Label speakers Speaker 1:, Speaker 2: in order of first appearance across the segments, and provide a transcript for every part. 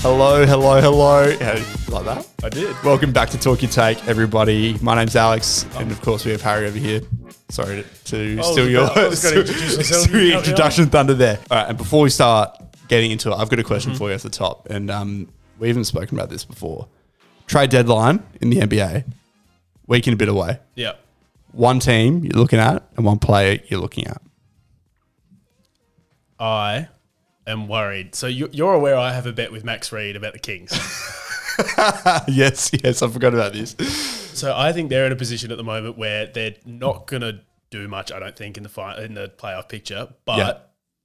Speaker 1: Hello, hello, hello. Hey, like that?
Speaker 2: I did.
Speaker 1: Welcome back to Talk Your Take, everybody. My name's Alex, and of course we have Harry over here. Sorry to, to
Speaker 2: was
Speaker 1: steal your
Speaker 2: about- I was gonna introduce myself.
Speaker 1: steal your introduction thunder there. All right, and before we start getting into it, I've got a question for you at the top, and um, we haven't spoken about this before. Trade deadline in the NBA, week and a bit away.
Speaker 2: Yeah.
Speaker 1: One team you're looking at, and one player you're looking at.
Speaker 2: I am worried. So you, you're aware I have a bet with Max Reed about the Kings.
Speaker 1: yes, yes, I forgot about this.
Speaker 2: so I think they're in a position at the moment where they're not going to do much. I don't think in the fi- in the playoff picture, but
Speaker 1: Yeah.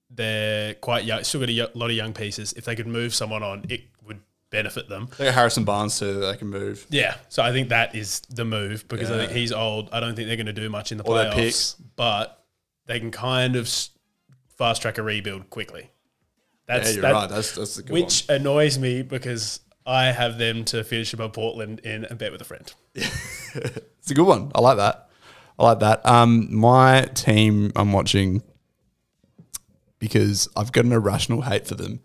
Speaker 2: they're quite young. Still got a yo- lot of young pieces. If they could move someone on, it would benefit them.
Speaker 1: They got Harrison Barnes too that they can move.
Speaker 2: Yeah. So I think that is the move because I think he's old. I don't think they're going to do much in the
Speaker 1: Or their
Speaker 2: playoffs,
Speaker 1: picks.
Speaker 2: but they can kind of s- fast track a rebuild quickly. That's
Speaker 1: Yeah, you're
Speaker 2: that-
Speaker 1: right. That's that's a good one.
Speaker 2: which annoys me because I have them to finish above Portland in a bet with a friend.
Speaker 1: It's a good one. I like that. I like that. Um, my team I'm watching because I've got an irrational hate for them.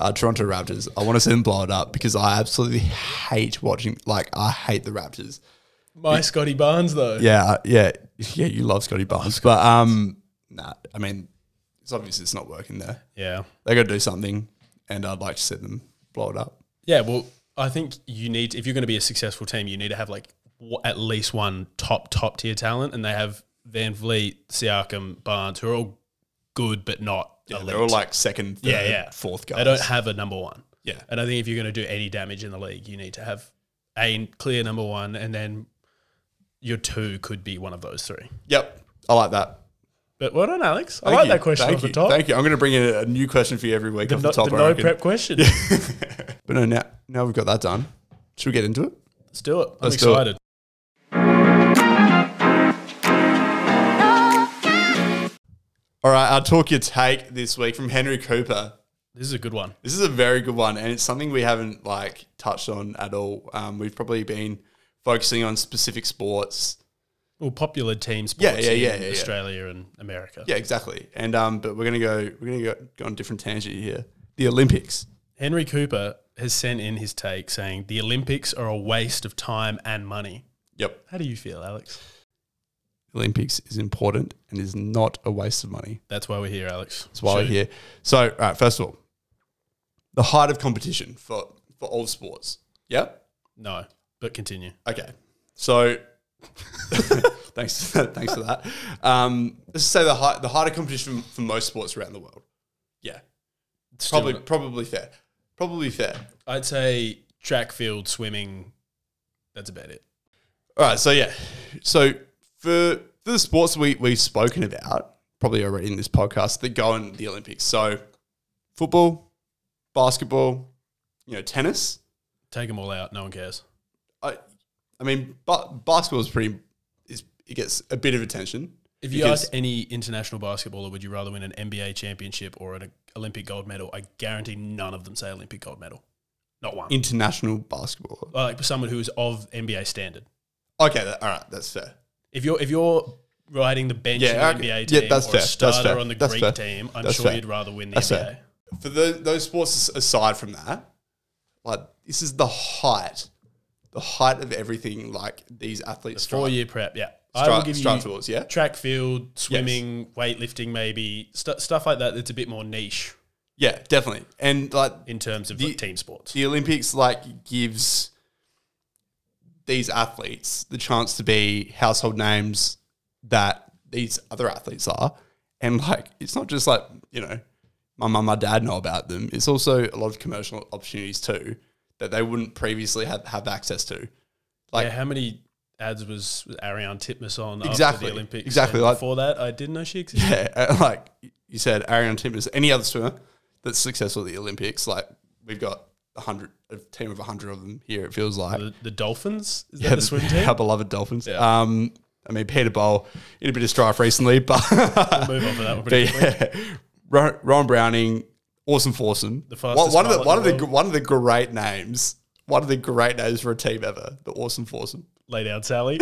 Speaker 1: Uh, Toronto Raptors. I want to see them blow it up because I absolutely hate watching. Like I hate the Raptors.
Speaker 2: My Scotty Barnes though.
Speaker 1: Yeah, uh, yeah, yeah. You love Scotty Barnes, but um, nah. I mean, it's obvious it's not working there.
Speaker 2: Yeah.
Speaker 1: They got to do something, and I'd like to see them blow it up.
Speaker 2: Yeah, well, I think you need if you're going to be a successful team, you need to have like w- at least one top top tier talent, and they have Van Vliet, Siakam, Barnes, who are all good but not elite.
Speaker 1: They're all like second, third,
Speaker 2: yeah, yeah,
Speaker 1: fourth guys.
Speaker 2: They don't have a number one.
Speaker 1: yeah,
Speaker 2: And I think if you're going to do any damage in the league, you need to have a clear number one, and then your two could be one of those three.
Speaker 1: yep. I like that.
Speaker 2: But well done, Alex. I
Speaker 1: Thank
Speaker 2: like
Speaker 1: you.
Speaker 2: that question
Speaker 1: Thank
Speaker 2: off the
Speaker 1: you.
Speaker 2: top.
Speaker 1: Thank you. I'm going to bring in a new question for you every week off
Speaker 2: No,
Speaker 1: the top.
Speaker 2: the
Speaker 1: I
Speaker 2: no
Speaker 1: reckon.
Speaker 2: prep question.
Speaker 1: But no, now now we've got that done. Should we get into it?
Speaker 2: Let's do it. I'm
Speaker 1: Let's do it.
Speaker 2: excited.
Speaker 1: All right. Our talk your take this week from Henry Cooper.
Speaker 2: This is a good one.
Speaker 1: This is a very good one, and it's something we haven't like touched on at all. Um, we've probably been focusing on specific sports.
Speaker 2: Well, popular team
Speaker 1: Yeah,
Speaker 2: sports
Speaker 1: yeah, yeah,
Speaker 2: in
Speaker 1: yeah, yeah.
Speaker 2: Australia and America.
Speaker 1: Yeah, exactly. And um, but we're gonna go we're gonna go, go on a different tangent here. The Olympics.
Speaker 2: Henry Cooper has sent in his take saying the Olympics are a waste of time and money.
Speaker 1: Yep.
Speaker 2: How do you feel, Alex?
Speaker 1: Olympics is important and is not a waste of money.
Speaker 2: That's why we're here, Alex.
Speaker 1: That's why we're
Speaker 2: Shoot.
Speaker 1: here. So, all right, first of all, the height of competition for, for all sports. Yeah?
Speaker 2: No, but continue.
Speaker 1: Okay. So, thanks, thanks for that. Um, let's just say the height, the height of competition for most sports around the world. Yeah.
Speaker 2: Still
Speaker 1: Probably,
Speaker 2: not-
Speaker 1: probably fair. Probably fair.
Speaker 2: I'd say track, field, swimming. That's about it.
Speaker 1: All right. So, yeah. So, for, for the sports we, we've spoken about, probably already in this podcast, that go in the Olympics. So, football, basketball, you know, tennis.
Speaker 2: Take them all out. No one cares.
Speaker 1: I, I mean, but basketball is pretty. Is it gets a bit of attention.
Speaker 2: If you
Speaker 1: Because-
Speaker 2: asked any international basketballer, would you rather win an NBA championship or an Olympic gold medal? I guarantee none of them say Olympic gold medal. Not one.
Speaker 1: International basketball.
Speaker 2: Uh, like someone who is of NBA standard.
Speaker 1: Okay, that, all right, that's fair.
Speaker 2: If you're if you're riding the bench
Speaker 1: Yeah,
Speaker 2: in the
Speaker 1: okay.
Speaker 2: NBA
Speaker 1: Yeah,
Speaker 2: team
Speaker 1: that's
Speaker 2: or
Speaker 1: fair.
Speaker 2: a
Speaker 1: That's
Speaker 2: starter
Speaker 1: fair.
Speaker 2: on the
Speaker 1: That's
Speaker 2: Greek
Speaker 1: fair.
Speaker 2: team, I'm
Speaker 1: That's
Speaker 2: sure
Speaker 1: fair.
Speaker 2: you'd rather win the
Speaker 1: That's
Speaker 2: NBA.
Speaker 1: fair. For tho- those sports as- aside from that, like this is the height, the height of everything. Like these athletes
Speaker 2: Four
Speaker 1: strive,
Speaker 2: year prep, yeah. I will
Speaker 1: strive,
Speaker 2: give
Speaker 1: strive
Speaker 2: you
Speaker 1: towards. Yeah,
Speaker 2: track field, swimming, weightlifting, maybe stu stuff like that. That's a bit more niche
Speaker 1: yeah, definitely. And like
Speaker 2: in terms of
Speaker 1: The-
Speaker 2: like, team sports.
Speaker 1: the Olympics, like gives these athletes the chance to be household names that these other athletes are. And like, it's not just like, you know, my mum, my dad know about them. It's also a lot of commercial opportunities too that they wouldn't previously have, have access to. like-
Speaker 2: yeah, how many ads was Ariane Titmus on after
Speaker 1: Exactly,
Speaker 2: the Olympics?
Speaker 1: exactly,
Speaker 2: And
Speaker 1: like-
Speaker 2: before that, I didn't know she existed.
Speaker 1: Yeah. uh, Like you said, Ariane Timbers, any other swimmer that's successful at the Olympics, like we've got a hundred, a team of a hundred of them here, it feels like.
Speaker 2: The, the Dolphins? Is
Speaker 1: Yeah,
Speaker 2: that the swim team?
Speaker 1: Our beloved Dolphins. Um, I mean, Peter Bowl in a bit of strife recently, but,
Speaker 2: Move on for that one.
Speaker 1: but
Speaker 2: pretty quick.
Speaker 1: yeah, Ron, Ron Browning, awesome foursome. The
Speaker 2: fastest
Speaker 1: one, one of the
Speaker 2: mile in
Speaker 1: one of
Speaker 2: the
Speaker 1: the one of the great names, one of the great names for a team ever, the awesome foursome.
Speaker 2: Lay down, Sally.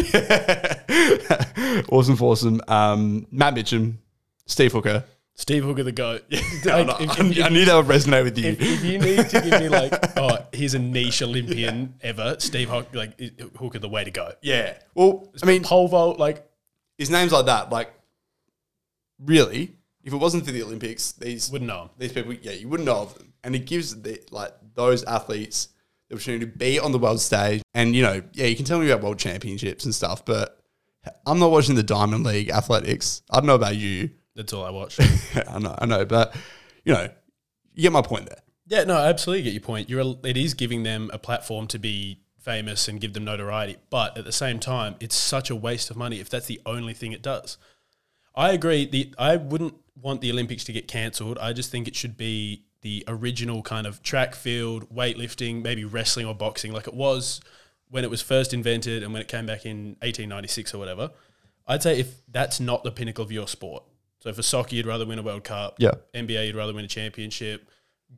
Speaker 1: awesome foursome. Um, Matt Mitchum, Steve Hooker,
Speaker 2: Steve Hooker the goat.
Speaker 1: I,
Speaker 2: Like, if-
Speaker 1: I-
Speaker 2: if-
Speaker 1: I knew that would resonate with you.
Speaker 2: if, if you need to give me like, oh, he's a niche Olympian ever, Steve Hook, like is- Hooker, the way to go.
Speaker 1: yeah. Well, I mean,
Speaker 2: Pole vault, like
Speaker 1: his name's like that. Like, really, if it wasn't for the Olympics, these
Speaker 2: wouldn't know him.
Speaker 1: these people, yeah, you wouldn't know of them. And it gives the, like those athletes the opportunity to be on the world stage. And you know, yeah, you can tell me about world championships and stuff, but I'm not watching the Diamond League athletics. I don't know about you.
Speaker 2: That's all I watch.
Speaker 1: I know, I know, but you know, you get my point there.
Speaker 2: yeah, no, I absolutely get your point. You're, a, it is giving them a platform to be famous and give them notoriety, but at the same time, it's such a waste of money if that's the only thing it does. I agree. The I wouldn't want the Olympics to get cancelled. I just think it should be the original kind of track field, weightlifting, maybe wrestling or boxing, like it was when it was first invented and when it came back in 1896 or whatever. I'd say if that's not the pinnacle of your sport. So for soccer, you'd rather win a World Cup.
Speaker 1: Yeah.
Speaker 2: NBA, you'd rather win a championship.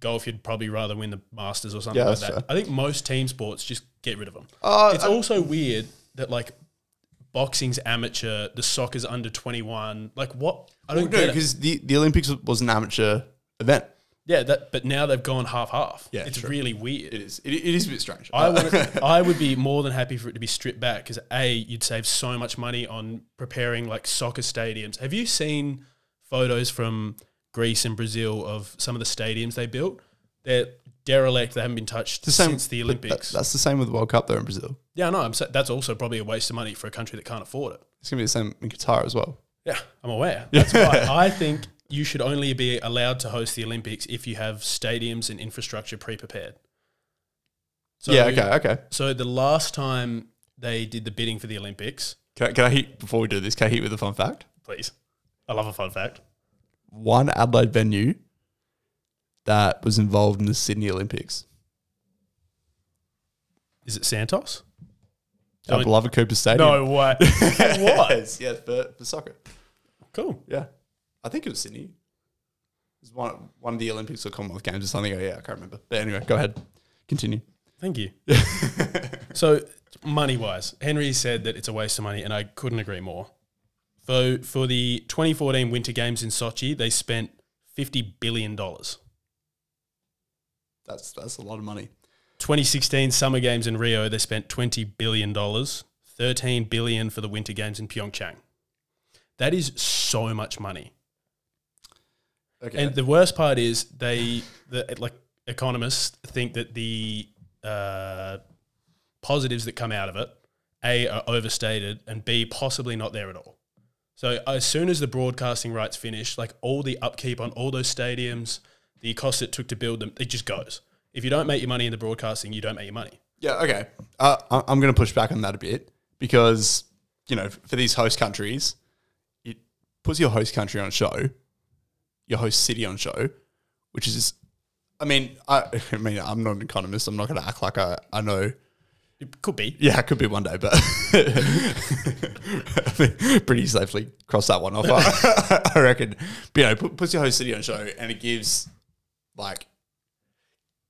Speaker 2: Golf, you'd probably rather win the Masters or something
Speaker 1: Yeah,
Speaker 2: like
Speaker 1: that's
Speaker 2: that. I think most team sports just get rid of them.
Speaker 1: Uh,
Speaker 2: it's also weird that like boxing's amateur, the soccer's under 21. Like what? I don't
Speaker 1: No,
Speaker 2: get it.
Speaker 1: because the, the Olympics was an amateur event.
Speaker 2: Yeah, that but now they've gone half half.
Speaker 1: Yeah,
Speaker 2: it's
Speaker 1: true.
Speaker 2: really weird.
Speaker 1: It is. It, it is a bit strange.
Speaker 2: I would I would be more than happy for it to be stripped back because a you'd save so much money on preparing like soccer stadiums. Have you seen photos from Greece and Brazil of some of the stadiums they built? They're derelict. They haven't been touched
Speaker 1: same-
Speaker 2: since the Olympics.
Speaker 1: That's the same with the World Cup though in Brazil.
Speaker 2: yeah, no, I'm, sa- that's also probably a waste of money for a country that can't afford it.
Speaker 1: It's gonna be the same in Qatar as well.
Speaker 2: Yeah, I'm aware. That's why I think you should only be allowed to host the Olympics if you have stadiums and infrastructure pre-prepared. So
Speaker 1: yeah. Okay. Okay.
Speaker 2: So the last time they did the bidding for the Olympics,
Speaker 1: Can I, can I hit before we do this? Can I hit with a fun fact?
Speaker 2: please. I love a fun fact.
Speaker 1: One Adelaide venue that was involved in the Sydney Olympics.
Speaker 2: Is it Santos?
Speaker 1: Our
Speaker 2: Don't-
Speaker 1: beloved Cooper Stadium.
Speaker 2: No way. what?
Speaker 1: yes, yes, for, for soccer.
Speaker 2: Cool.
Speaker 1: Yeah, I think it was Sydney. It was one one of the Olympics or Commonwealth Games or something. Oh, yeah, I can't remember. But anyway, go ahead, continue.
Speaker 2: Thank you. so money wise, Henry said that it's a waste of money, and I couldn't agree more. So for the 2014 Winter Games in Sochi, they spent fifty billion dollars.
Speaker 1: That's that's a lot of money.
Speaker 2: 2016 Summer Games in Rio, they spent $20 billion, $13 billion for the Winter Games in Pyeongchang. That is so much money.
Speaker 1: Okay,
Speaker 2: And the worst part is they, the, like economists, think that the uh, positives that come out of it, A, are overstated, and B, possibly not there at all. So as soon as the broadcasting rights finish, like all the upkeep on all those stadiums, the cost it took to build them, it just goes. If you don't make your money in the broadcasting, you don't make your money.
Speaker 1: yeah, okay. Uh, I- I'm going to push back on that a bit because you know, f- for these host countries, it puts your host country on show, your host city on show, which is, just, I mean, I, I mean, I'm not an economist. I'm not going to act like I, I know
Speaker 2: It could be.
Speaker 1: Yeah, it could be one day, but I mean, pretty safely cross that one off. I, I reckon. But, you know, put, puts your host city on show, and it gives like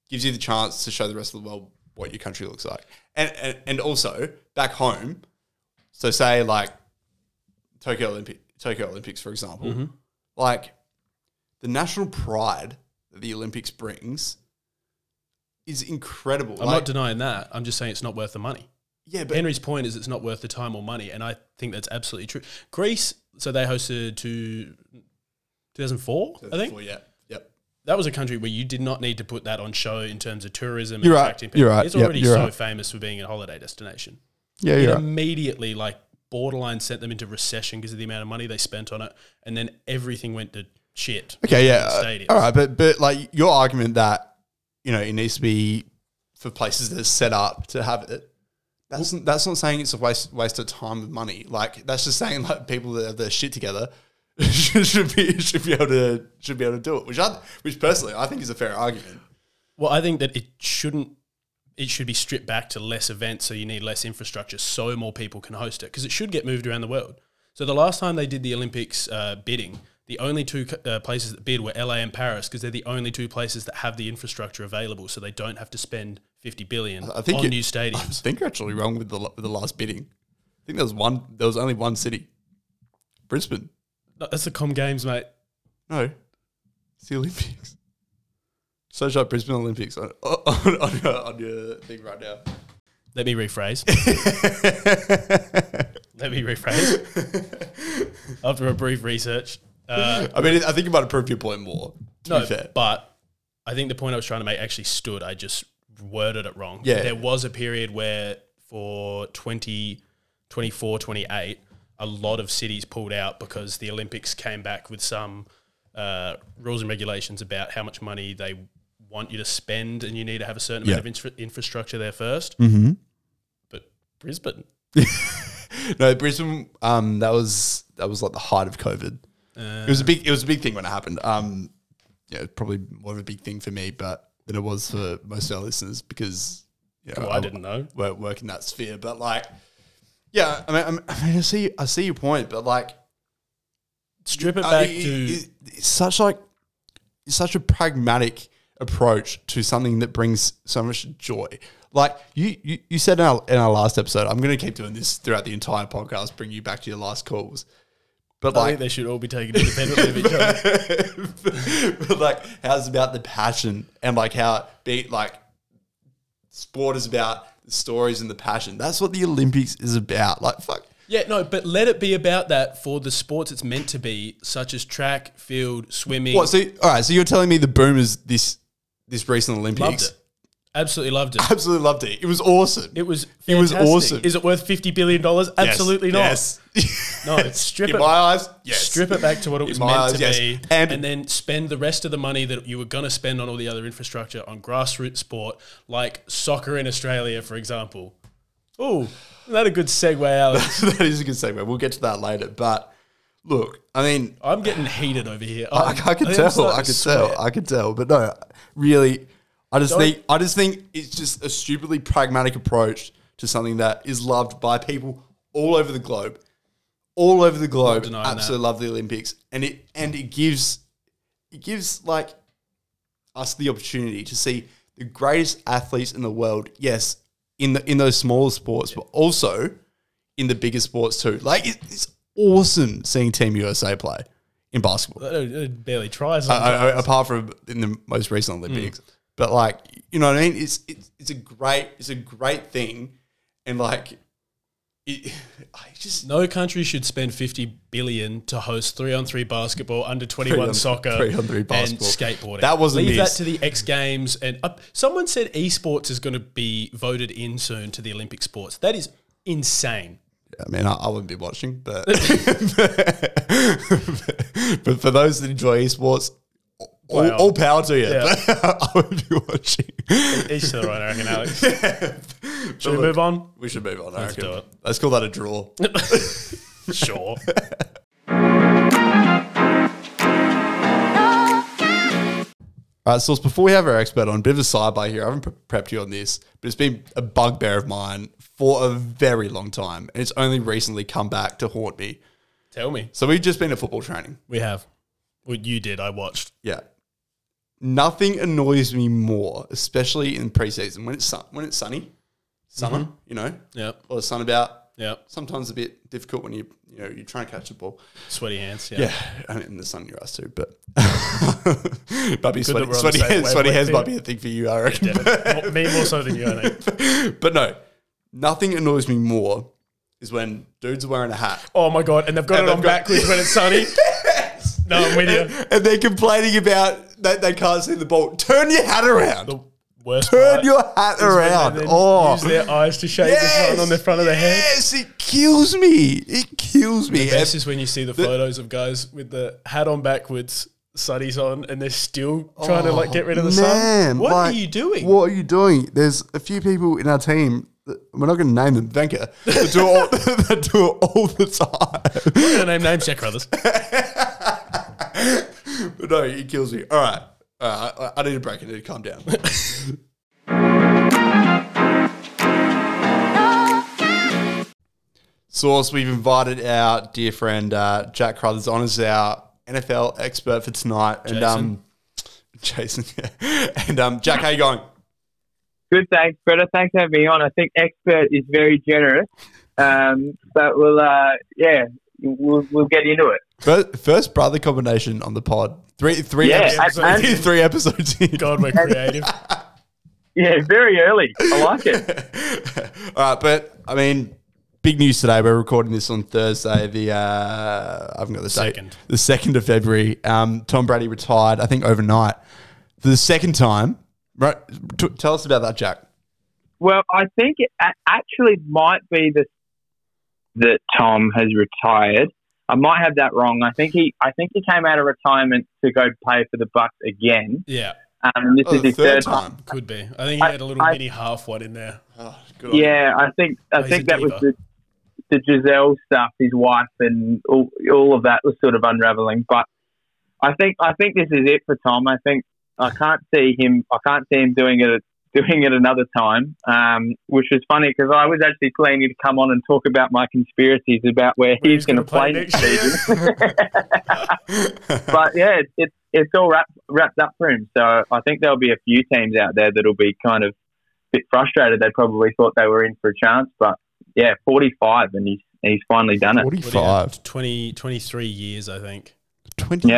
Speaker 1: gives you the chance to show the rest of the world what your country looks like, and and, and also back home. So say like Tokyo Olympic Tokyo Olympics, for example,
Speaker 2: Mm-hmm.
Speaker 1: like the national pride that the Olympics brings is incredible.
Speaker 2: I'm
Speaker 1: Like,
Speaker 2: not denying that. I'm just saying it's not worth the money.
Speaker 1: yeah, but
Speaker 2: Henry's point is it's not worth the time or money, and I think that's absolutely true. Greece, so they hosted to 2004, I think.
Speaker 1: Before, yeah. Yep.
Speaker 2: That was a country where you did not need to put that on show in terms of tourism.
Speaker 1: You're
Speaker 2: and
Speaker 1: right,
Speaker 2: attracting
Speaker 1: you're right,
Speaker 2: It's
Speaker 1: yep,
Speaker 2: already
Speaker 1: you're
Speaker 2: so
Speaker 1: right.
Speaker 2: famous for being a holiday destination.
Speaker 1: Yeah,
Speaker 2: It
Speaker 1: you're right.
Speaker 2: immediately, like, borderline sent them into recession because of the amount of money they spent on it, and then everything went to shit.
Speaker 1: Okay, yeah. uh,
Speaker 2: Stadiums.
Speaker 1: All right, but but like your argument that you know it needs to be for places that are set up to have it. That's that's not saying it's a waste waste of time and money. Like that's just saying like people that have their shit together should, should be should be able to should be able to do it. Which I which personally I think is a fair argument.
Speaker 2: Well, I think that it shouldn't. It should be stripped back to less events, so you need less infrastructure, so more people can host it, because it should get moved around the world. So the last time they did the Olympics uh, bidding, the only two c- uh, places that bid were LA and Paris, because they're the only two places that have the infrastructure available, so they don't have to spend fifty billion
Speaker 1: I think
Speaker 2: on
Speaker 1: it-
Speaker 2: new
Speaker 1: I
Speaker 2: stadiums.
Speaker 1: think you're actually wrong with the la- with the last bidding. I think there was one. There was only one city, Brisbane.
Speaker 2: No, that's the Com Games, mate.
Speaker 1: No, it's the Olympics. Search up Brisbane Olympics on, on, on, your, on your thing right now.
Speaker 2: Let me rephrase. Let me rephrase. After a brief research, uh,
Speaker 1: I mean, I think it might improve your point more. To
Speaker 2: no,
Speaker 1: be fair.
Speaker 2: but I think the point I was trying to make actually stood. I just worded it wrong.
Speaker 1: Yeah.
Speaker 2: There was a period where for 20, 24, 28, a lot of cities pulled out because the Olympics came back with some uh, rules and regulations about how much money they want you to spend and you need to have a certain amount of infra- infrastructure there 1st Mm-hmm. But Brisbane,
Speaker 1: No, Brisbane. Um, that was that was like the height of COVID. it was a big it was a big thing when it happened. Um, yeah, probably more of a big thing for me, but than it was for most of our listeners because you know,
Speaker 2: well, I didn't know.
Speaker 1: work, work in that sphere. But like, yeah, I mean, I'm- I mean, I see, I see your point, but like,
Speaker 2: Strip it
Speaker 1: uh,
Speaker 2: back
Speaker 1: it-
Speaker 2: to
Speaker 1: it- it's such like, it's such a pragmatic approach to something that brings so much joy. Like you, you, you said in our, in our last episode, I'm going to keep doing this throughout the entire podcast, bring you back to your last calls. But
Speaker 2: I
Speaker 1: like,
Speaker 2: think they should all be taken independently of each other.
Speaker 1: but like how's about the passion and like how be like sport is about the stories and the passion that's what the olympics is about like fuck
Speaker 2: Yeah, no, but let it be about that for the sports it's meant to be, such as track, field, swimming.
Speaker 1: what so all right so you're telling me the boomers this this recent olympics
Speaker 2: loved it. Absolutely loved it.
Speaker 1: absolutely loved it it was awesome
Speaker 2: It was
Speaker 1: It was
Speaker 2: fantastic.
Speaker 1: awesome.
Speaker 2: Is it worth fifty billion dollars?
Speaker 1: Yes,
Speaker 2: Absolutely not.
Speaker 1: yes
Speaker 2: No, strip
Speaker 1: in
Speaker 2: it
Speaker 1: my eyes yes
Speaker 2: strip it back to what it was
Speaker 1: my
Speaker 2: meant
Speaker 1: eyes,
Speaker 2: to
Speaker 1: yes.
Speaker 2: be
Speaker 1: And-
Speaker 2: and, then spend the rest of the money that you were going to spend on all the other infrastructure on grassroots sport like soccer in Australia for example. Oh, that a good segue Alex.
Speaker 1: that is a good segue we'll get to that later but look i mean
Speaker 2: I'm getting heated over here.
Speaker 1: I, I
Speaker 2: think
Speaker 1: could
Speaker 2: I'm
Speaker 1: tell.
Speaker 2: starting
Speaker 1: I
Speaker 2: to
Speaker 1: could
Speaker 2: sweat.
Speaker 1: tell. I could tell. But no, really, I just think I just think it's just a stupidly pragmatic approach to something that is loved by people all over the globe, all over the globe.
Speaker 2: denying that.
Speaker 1: Absolutely love the Olympics, and it and it gives it gives like us the opportunity to see the greatest athletes in the world. Yes, in the in those smaller sports, but also in the bigger sports too. Like it, it's awesome seeing Team USA play in basketball.
Speaker 2: I barely tries.
Speaker 1: I, I- apart from in the most recent
Speaker 2: Mm.
Speaker 1: Olympics. But like, you know what I mean? It's it's it's a great it's a great thing, and like, it, I just
Speaker 2: No country should spend 50 billion to host three on three basketball, under 21
Speaker 1: on-
Speaker 2: soccer,
Speaker 1: three on three basketball.
Speaker 2: and skateboarding.
Speaker 1: That wasn't
Speaker 2: Leave
Speaker 1: me.
Speaker 2: that to the X Games. And up. someone said esports is going to be voted in soon to the Olympic sports. That is insane.
Speaker 1: I mean, I, I wouldn't be watching, but but for those that enjoy esports. All,
Speaker 2: Wow.
Speaker 1: all power to you.
Speaker 2: Yeah.
Speaker 1: But I would be watching.
Speaker 2: Each to their own, I reckon, Alex. Should we move on?
Speaker 1: We should move on. I reckon.
Speaker 2: do it.
Speaker 1: Let's call that a draw.
Speaker 2: Sure.
Speaker 1: All right, Source, Uh, before we have our expert on, bit of a sidebar here. I haven't pre- prepped you on this, but it's been a bugbear of mine for a very long time. And it's only recently come back to haunt me.
Speaker 2: Tell me.
Speaker 1: So we've just been at football training.
Speaker 2: We have. Well, you did. I watched.
Speaker 1: Yeah. Nothing annoys me more, especially in preseason when it's sun, when it's sunny, summer,
Speaker 2: Mm-hmm.
Speaker 1: you know,
Speaker 2: Yep.
Speaker 1: or sun about.
Speaker 2: Yep.
Speaker 1: Sometimes a bit difficult when you you know you're trying to catch the ball.
Speaker 2: Sweaty hands. Yeah.
Speaker 1: Yeah, I mean, in the sun you're ass too, but Bubby
Speaker 2: we're
Speaker 1: sweaty
Speaker 2: on the
Speaker 1: sweaty
Speaker 2: same
Speaker 1: hands, sweaty
Speaker 2: wavelength
Speaker 1: hands
Speaker 2: here.
Speaker 1: might be a thing for you, I reckon.
Speaker 2: Definitely. More- me more so than you, I think.
Speaker 1: But no, nothing annoys me more is when dudes are wearing a hat
Speaker 2: Oh my god! And they've got
Speaker 1: And
Speaker 2: it
Speaker 1: they've
Speaker 2: on
Speaker 1: got-
Speaker 2: backwards when it's sunny. No, I'm with you.
Speaker 1: and they're complaining about that they can't see the ball. Turn your hat around.
Speaker 2: The worst.
Speaker 1: Turn
Speaker 2: part
Speaker 1: your hat
Speaker 2: is when they
Speaker 1: around.
Speaker 2: then
Speaker 1: Oh.
Speaker 2: Use their eyes to shade the sun on the front of their head.
Speaker 1: Yes, it kills me. It kills me.
Speaker 2: This is when you see the photos of guys with the hat on backwards, sunnies on, and they're still trying to like get rid of the sun. What
Speaker 1: Oh, like,
Speaker 2: are you doing?
Speaker 1: What are you doing? There's a few people in our team. that- We're not going to name them. Venka. They do it all, they do it all the time.
Speaker 2: Their name names check brothers.
Speaker 1: But no, it kills me. All right. All right. I- I, I need a break. I need to calm down. Source, we've invited our dear friend uh, Jack Crothers on as our NFL expert for tonight. And um, Jason. and um, Jack, how you going?
Speaker 3: Good, thanks, Greta. Thanks for having me on. I think expert is very generous, um, but we'll, uh, yeah, we'll, we'll get into it.
Speaker 1: First, first brother combination on the pod. Three, three,
Speaker 3: Yeah,
Speaker 1: episodes,
Speaker 3: and- and-
Speaker 1: three episodes in.
Speaker 2: God, we're creative.
Speaker 3: Yeah, very early. I like it.
Speaker 1: All right, but I mean, big news today. We're recording this on Thursday. The uh, I haven't got the
Speaker 2: Second.
Speaker 1: date. The second of February. Um, Tom Brady retired. I think overnight for the second time. Right, t- tell us about that, Jack.
Speaker 3: Well, I think it a- actually might be the that Tom has retired. I might have that wrong. I think he I think he came out of retirement to go play for the Bucks again.
Speaker 2: yeah,
Speaker 3: Um, and this
Speaker 1: Oh,
Speaker 3: is
Speaker 1: the
Speaker 3: his
Speaker 1: third
Speaker 3: third,
Speaker 1: time.
Speaker 2: could be. I think he
Speaker 3: I-
Speaker 2: had a little
Speaker 3: I-
Speaker 2: mini half one in there.
Speaker 1: Oh, good on
Speaker 3: Yeah, I think I
Speaker 2: Oh, he's
Speaker 3: think
Speaker 2: a
Speaker 3: that was
Speaker 2: diva.
Speaker 3: the the Giselle stuff, his wife, and all, all of that was sort of unraveling. But I think I think this is it for Tom. I think I can't see him. I can't see him doing it doing it another time. Um, which was funny because I was actually planning to come on and talk about my conspiracies about where,
Speaker 2: Where
Speaker 3: he's, going to play
Speaker 2: gonna
Speaker 3: next season. but yeah, it's it's it's all wrapped wrapped up for him. So I think there'll be a few teams out there that'll be kind of a bit frustrated. They probably thought they were in for a chance, but yeah, forty five, and he's he's finally done it.
Speaker 2: What do you have?
Speaker 1: 45,
Speaker 2: 20, 23 years, I think.
Speaker 1: 23.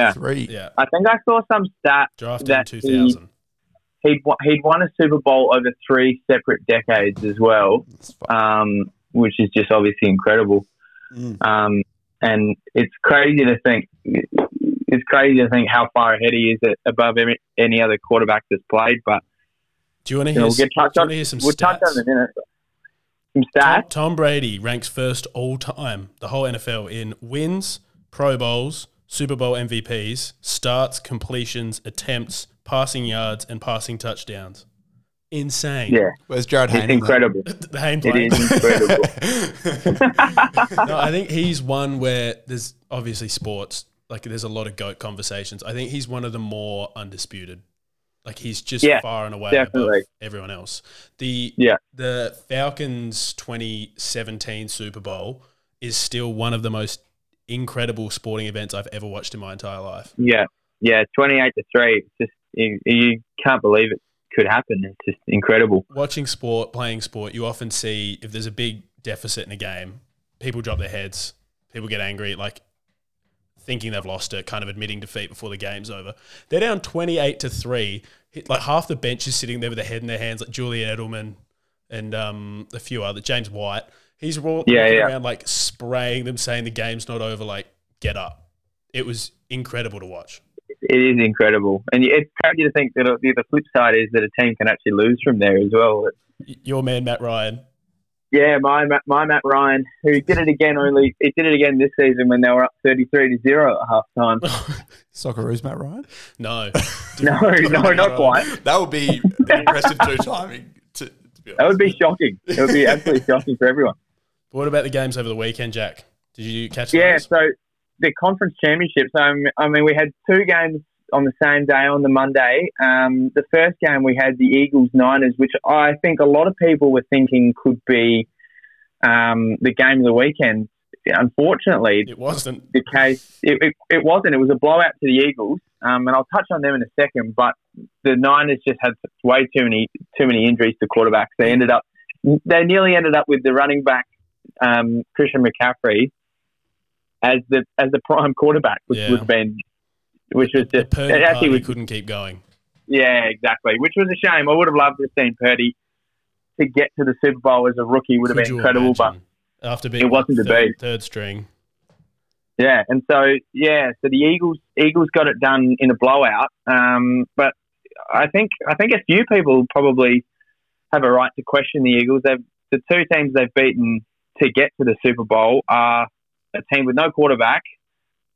Speaker 2: Yeah,
Speaker 3: I think I saw some stat
Speaker 2: drafted in
Speaker 3: That
Speaker 2: two thousand.
Speaker 3: he'd won, he'd won a Super Bowl over three separate decades as well,
Speaker 1: That's fine.
Speaker 3: um, which is just obviously incredible.
Speaker 1: Mm.
Speaker 3: Um, and it's crazy to think it's crazy to think how far ahead he is above every, any other quarterback that's played, but.
Speaker 2: Do you want to
Speaker 3: Yeah,
Speaker 2: hear?
Speaker 3: we'll
Speaker 2: s- do
Speaker 3: get
Speaker 2: you
Speaker 3: touch
Speaker 2: want
Speaker 3: on.
Speaker 2: to hear some
Speaker 3: we'll
Speaker 2: stats?
Speaker 3: touch on it in a minute. Some
Speaker 2: Tom,
Speaker 3: stats.
Speaker 2: Tom Brady ranks first all time, the whole NFL, in wins, Pro Bowls, Super Bowl MVPs, starts, completions, attempts, passing yards, and passing touchdowns. Insane.
Speaker 3: Yeah,
Speaker 1: Where's Jared
Speaker 3: it's
Speaker 1: Hayne? in that?
Speaker 3: incredible.
Speaker 2: The Hayne
Speaker 3: It
Speaker 2: play.
Speaker 3: is incredible.
Speaker 2: no, I think he's one where there's obviously sports, like there's a lot of GOAT conversations. I think he's one of the more undisputed. Like he's just
Speaker 3: Yeah,
Speaker 2: far and away
Speaker 3: definitely.
Speaker 2: above everyone else. The
Speaker 3: Yeah.
Speaker 2: the Falcons 2017 Super Bowl is still one of the most incredible sporting events I've ever watched in my entire life.
Speaker 3: yeah, yeah. Twenty-eight to three. It's just you, you can't believe it could happen. It's just incredible.
Speaker 2: Watching sport, playing sport, you often see if there's a big deficit in a game, people drop their heads, people get angry, like thinking they've lost it, kind of admitting defeat before the game's over. They're down 28 to 3. Hit- Like half the bench is sitting there with their head in their hands, like Julian Edelman and um, a few other, James White. He's ro-
Speaker 3: Yeah,
Speaker 2: walking
Speaker 3: yeah.
Speaker 2: around like spraying them, saying the game's not over, like, get up. It was incredible to watch.
Speaker 3: It is incredible, and it's crazy to think that uh, the the flip side is that a team can actually lose from there as well.
Speaker 2: Y- Your man, Matt Ryan.
Speaker 3: Yeah, my Matt- my Matt Ryan, who did it again only he did it again this season when they were up thirty-three to zero at halftime.
Speaker 1: Socceroos, Matt Ryan. Uh,
Speaker 2: no.
Speaker 3: No, no, not quite.
Speaker 1: That would be an impressive two timing. To, to be
Speaker 3: That
Speaker 1: honest.
Speaker 3: would be shocking. It would be absolutely shocking for everyone.
Speaker 2: What about the games over the weekend, Jack? Did you catch
Speaker 3: Yeah,
Speaker 2: those?
Speaker 3: so the conference championships. Um, I mean, we had two games on the same day on the Monday. Um, the first game we had the Eagles Niners, which I think a lot of people were thinking could be um, the game of the weekend. Unfortunately,
Speaker 2: It wasn't.
Speaker 3: the case. It, it, it wasn't. It was a blowout to the Eagles, um, and I'll touch on them in a second. But the Niners just had way too many too many injuries to quarterbacks. They ended up they nearly ended up with the running back um, Christian McCaffrey as the as the prime quarterback, which
Speaker 2: Yeah.
Speaker 3: would have been which was
Speaker 2: The
Speaker 3: just
Speaker 2: Purdy
Speaker 3: it actually
Speaker 2: party
Speaker 3: was
Speaker 2: couldn't keep going.
Speaker 3: yeah, exactly. Which was a shame. I would have loved to have seen Purdy to get to the Super Bowl as a rookie would have
Speaker 2: Could
Speaker 3: been
Speaker 2: you
Speaker 3: incredible, but
Speaker 2: imagine? after being
Speaker 3: it wasn't
Speaker 2: third,
Speaker 3: to be.
Speaker 2: third string,
Speaker 3: Yeah, and so yeah, so the Eagles Eagles got it done in a blowout. Um, but I think I think a few people probably have a right to question the Eagles. They've the two teams they've beaten to get to the Super Bowl are a team with no quarterback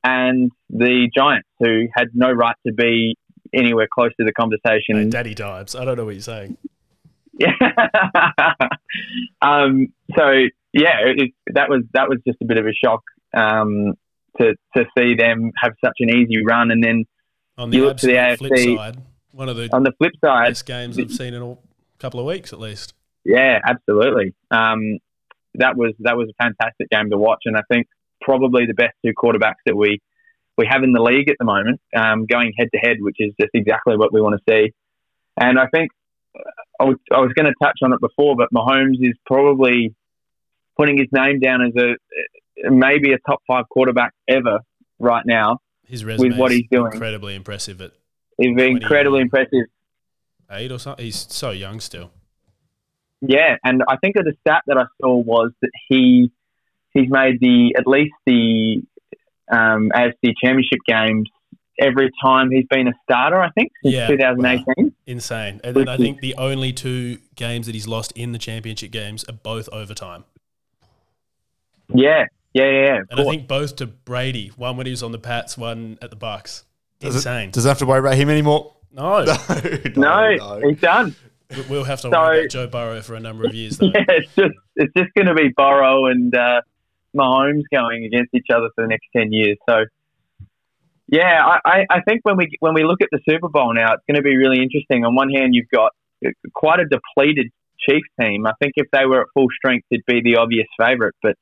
Speaker 3: and the Giants, who had no right to be anywhere close to the
Speaker 2: Hey,
Speaker 3: conversation.
Speaker 2: Daddy Dimes. I don't know what you're saying.
Speaker 3: um, so yeah, it, that was that was just a bit of a shock um, to to see them have such an easy run, and then
Speaker 2: On the
Speaker 3: You look to the
Speaker 2: absolute
Speaker 3: AFC
Speaker 2: flip side, one of the
Speaker 3: on the flip side,
Speaker 2: best games I've seen in a couple of weeks, at least.
Speaker 3: yeah, absolutely, um, that was that was a fantastic game to watch, and I think probably the best two quarterbacks that we we have in the league at the moment, um, going head to head, which is just exactly what we want to see. And I think uh, I was, I was going to touch on it before, but Mahomes is probably putting his name down as a maybe a top five quarterback ever right now.
Speaker 2: His resume
Speaker 3: what
Speaker 2: is
Speaker 3: he's doing.
Speaker 2: incredibly impressive at
Speaker 3: He's been incredibly impressive.
Speaker 2: eight or something. He's so young still.
Speaker 3: Yeah, and I think that the stat that I saw was that he he's made the at least the um, AFC Championship games every time he's been a starter. I think since
Speaker 2: Yeah,
Speaker 3: 2018.
Speaker 2: Insane. And then I think the only two games that he's lost in the championship games are both overtime.
Speaker 3: Yeah, yeah, yeah. yeah, of
Speaker 2: And I
Speaker 3: course.
Speaker 2: think both to Brady. One when he was on the Pats, one at the Bucks.
Speaker 1: Does it-
Speaker 2: Insane.
Speaker 1: Doesn't have to worry about him anymore.
Speaker 2: no.
Speaker 3: no, he's done.
Speaker 2: We- We'll have to
Speaker 3: So-
Speaker 2: worry about Joe Burrow for a number of years, though.
Speaker 3: Yeah, it's just it's just going to be Burrow and uh, Mahomes going against each other for the next ten years. So, yeah, I- I, I think when we when we look at the Super Bowl now, it's going to be really interesting. On one hand, you've got uh, quite a depleted Chiefs team. I think if they were at full strength, it'd be the obvious favourite. But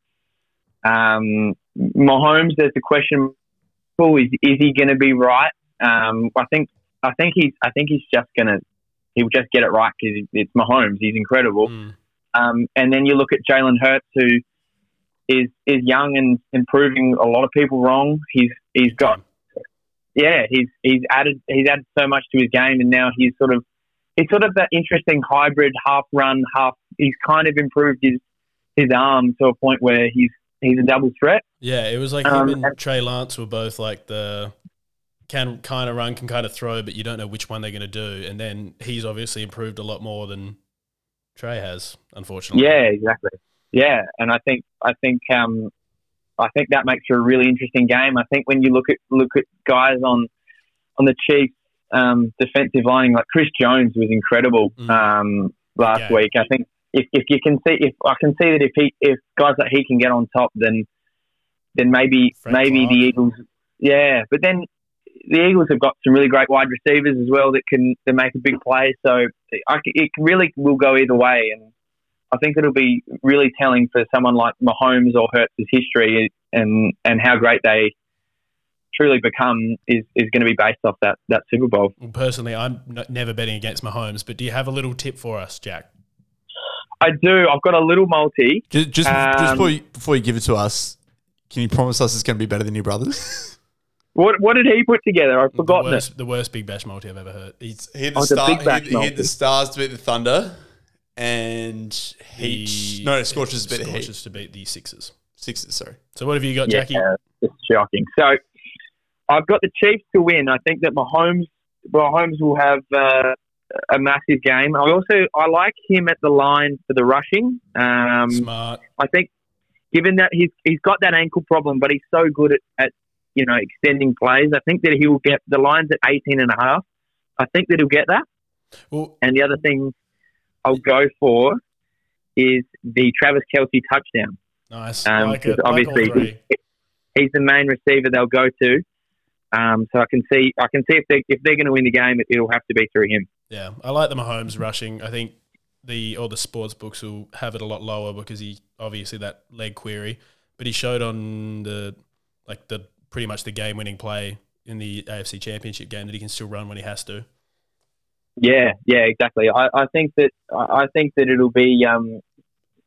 Speaker 3: um, Mahomes, there's the question: well, is is he going to be right? Um, I think I think he's I think he's just going to he'll just get it right because it's Mahomes. He's incredible.
Speaker 2: Mm.
Speaker 3: Um, and then you look at Jalen Hurts, who is is young and, and proving a lot of people wrong. He's he's got yeah, he's he's added he's added so much to his game, and now he's sort of he's sort of that interesting hybrid half run half. He's kind of improved his his arm to a point where he's he's a double threat.
Speaker 2: Yeah, it was like
Speaker 3: Um,
Speaker 2: him and Trey Lance were both like the can kind of run, can kind of throw, but you don't know which one they're going to do. And then he's obviously improved a lot more than Trey has, unfortunately.
Speaker 3: Yeah, exactly. Yeah, and I think I think um, I think that makes for a really interesting game. I think when you look at look at guys on on the Chiefs um, defensive line, like Chris Jones was incredible
Speaker 2: Mm.
Speaker 3: um, last
Speaker 2: Okay.
Speaker 3: week. I think if, if you can see if I can see that if he if guys like he can get on top, then then maybe
Speaker 2: Frank
Speaker 3: maybe
Speaker 2: Clark.
Speaker 3: the Eagles. Yeah, but then the Eagles have got some really great wide receivers as well that can that make a big play. So I c it really will go either way, and I think it'll be really telling for someone like Mahomes or Hurts' history and and how great they truly become is, is going to be based off that, that Super Bowl.
Speaker 2: Well, personally, I'm n- never betting against Mahomes, but do you have a little tip for us, Jack?
Speaker 3: I do. I've got a little multi.
Speaker 1: Just, just, just
Speaker 3: Um,
Speaker 1: before, you, before you give it to us, can you promise us it's going to be better than your brothers?
Speaker 3: What what did he put together? I've
Speaker 2: the
Speaker 3: forgotten it.
Speaker 2: worst, The worst big bash multi I've ever heard. He's
Speaker 1: He had
Speaker 3: Oh,
Speaker 1: the,
Speaker 3: it's a
Speaker 1: star,
Speaker 3: big back
Speaker 1: he, he had
Speaker 3: multi.
Speaker 1: the stars to beat the Thunder, and he,
Speaker 2: the-
Speaker 1: no, Scorchers beat the Heat.
Speaker 2: Scorchers to beat the Sixers.
Speaker 1: Sixes, sorry.
Speaker 2: So what have you got, Jackie?
Speaker 3: Yeah, it's shocking. So I've got the Chiefs to win. I think that Mahomes Mahomes will have uh, a massive game. I also I like him at the line for the rushing. Um,
Speaker 2: Smart.
Speaker 3: I think given that he's he's got that ankle problem, but he's so good at, at you know extending plays. I think that he will get the lines at 18 and a half. I think that he'll get that.
Speaker 2: Well,
Speaker 3: And the other thing I'll go for is the Travis Kelsey touchdown.
Speaker 2: nice.
Speaker 3: Um,
Speaker 2: like,
Speaker 3: 'cause
Speaker 2: it, like all
Speaker 3: obviously-
Speaker 2: three.
Speaker 3: He's the main receiver they'll go to. Um, so I can see I can see if they if they're going to win the game, it, it'll have to be through him.
Speaker 2: Yeah, I like the Mahomes rushing. I think the all the sports books will have it a lot lower because he obviously that leg query, but he showed on the like the pretty much the game winning play in the AFC Championship game that he can still run when he has to.
Speaker 3: Yeah, yeah, exactly. I, I think that I I think that it'll be um,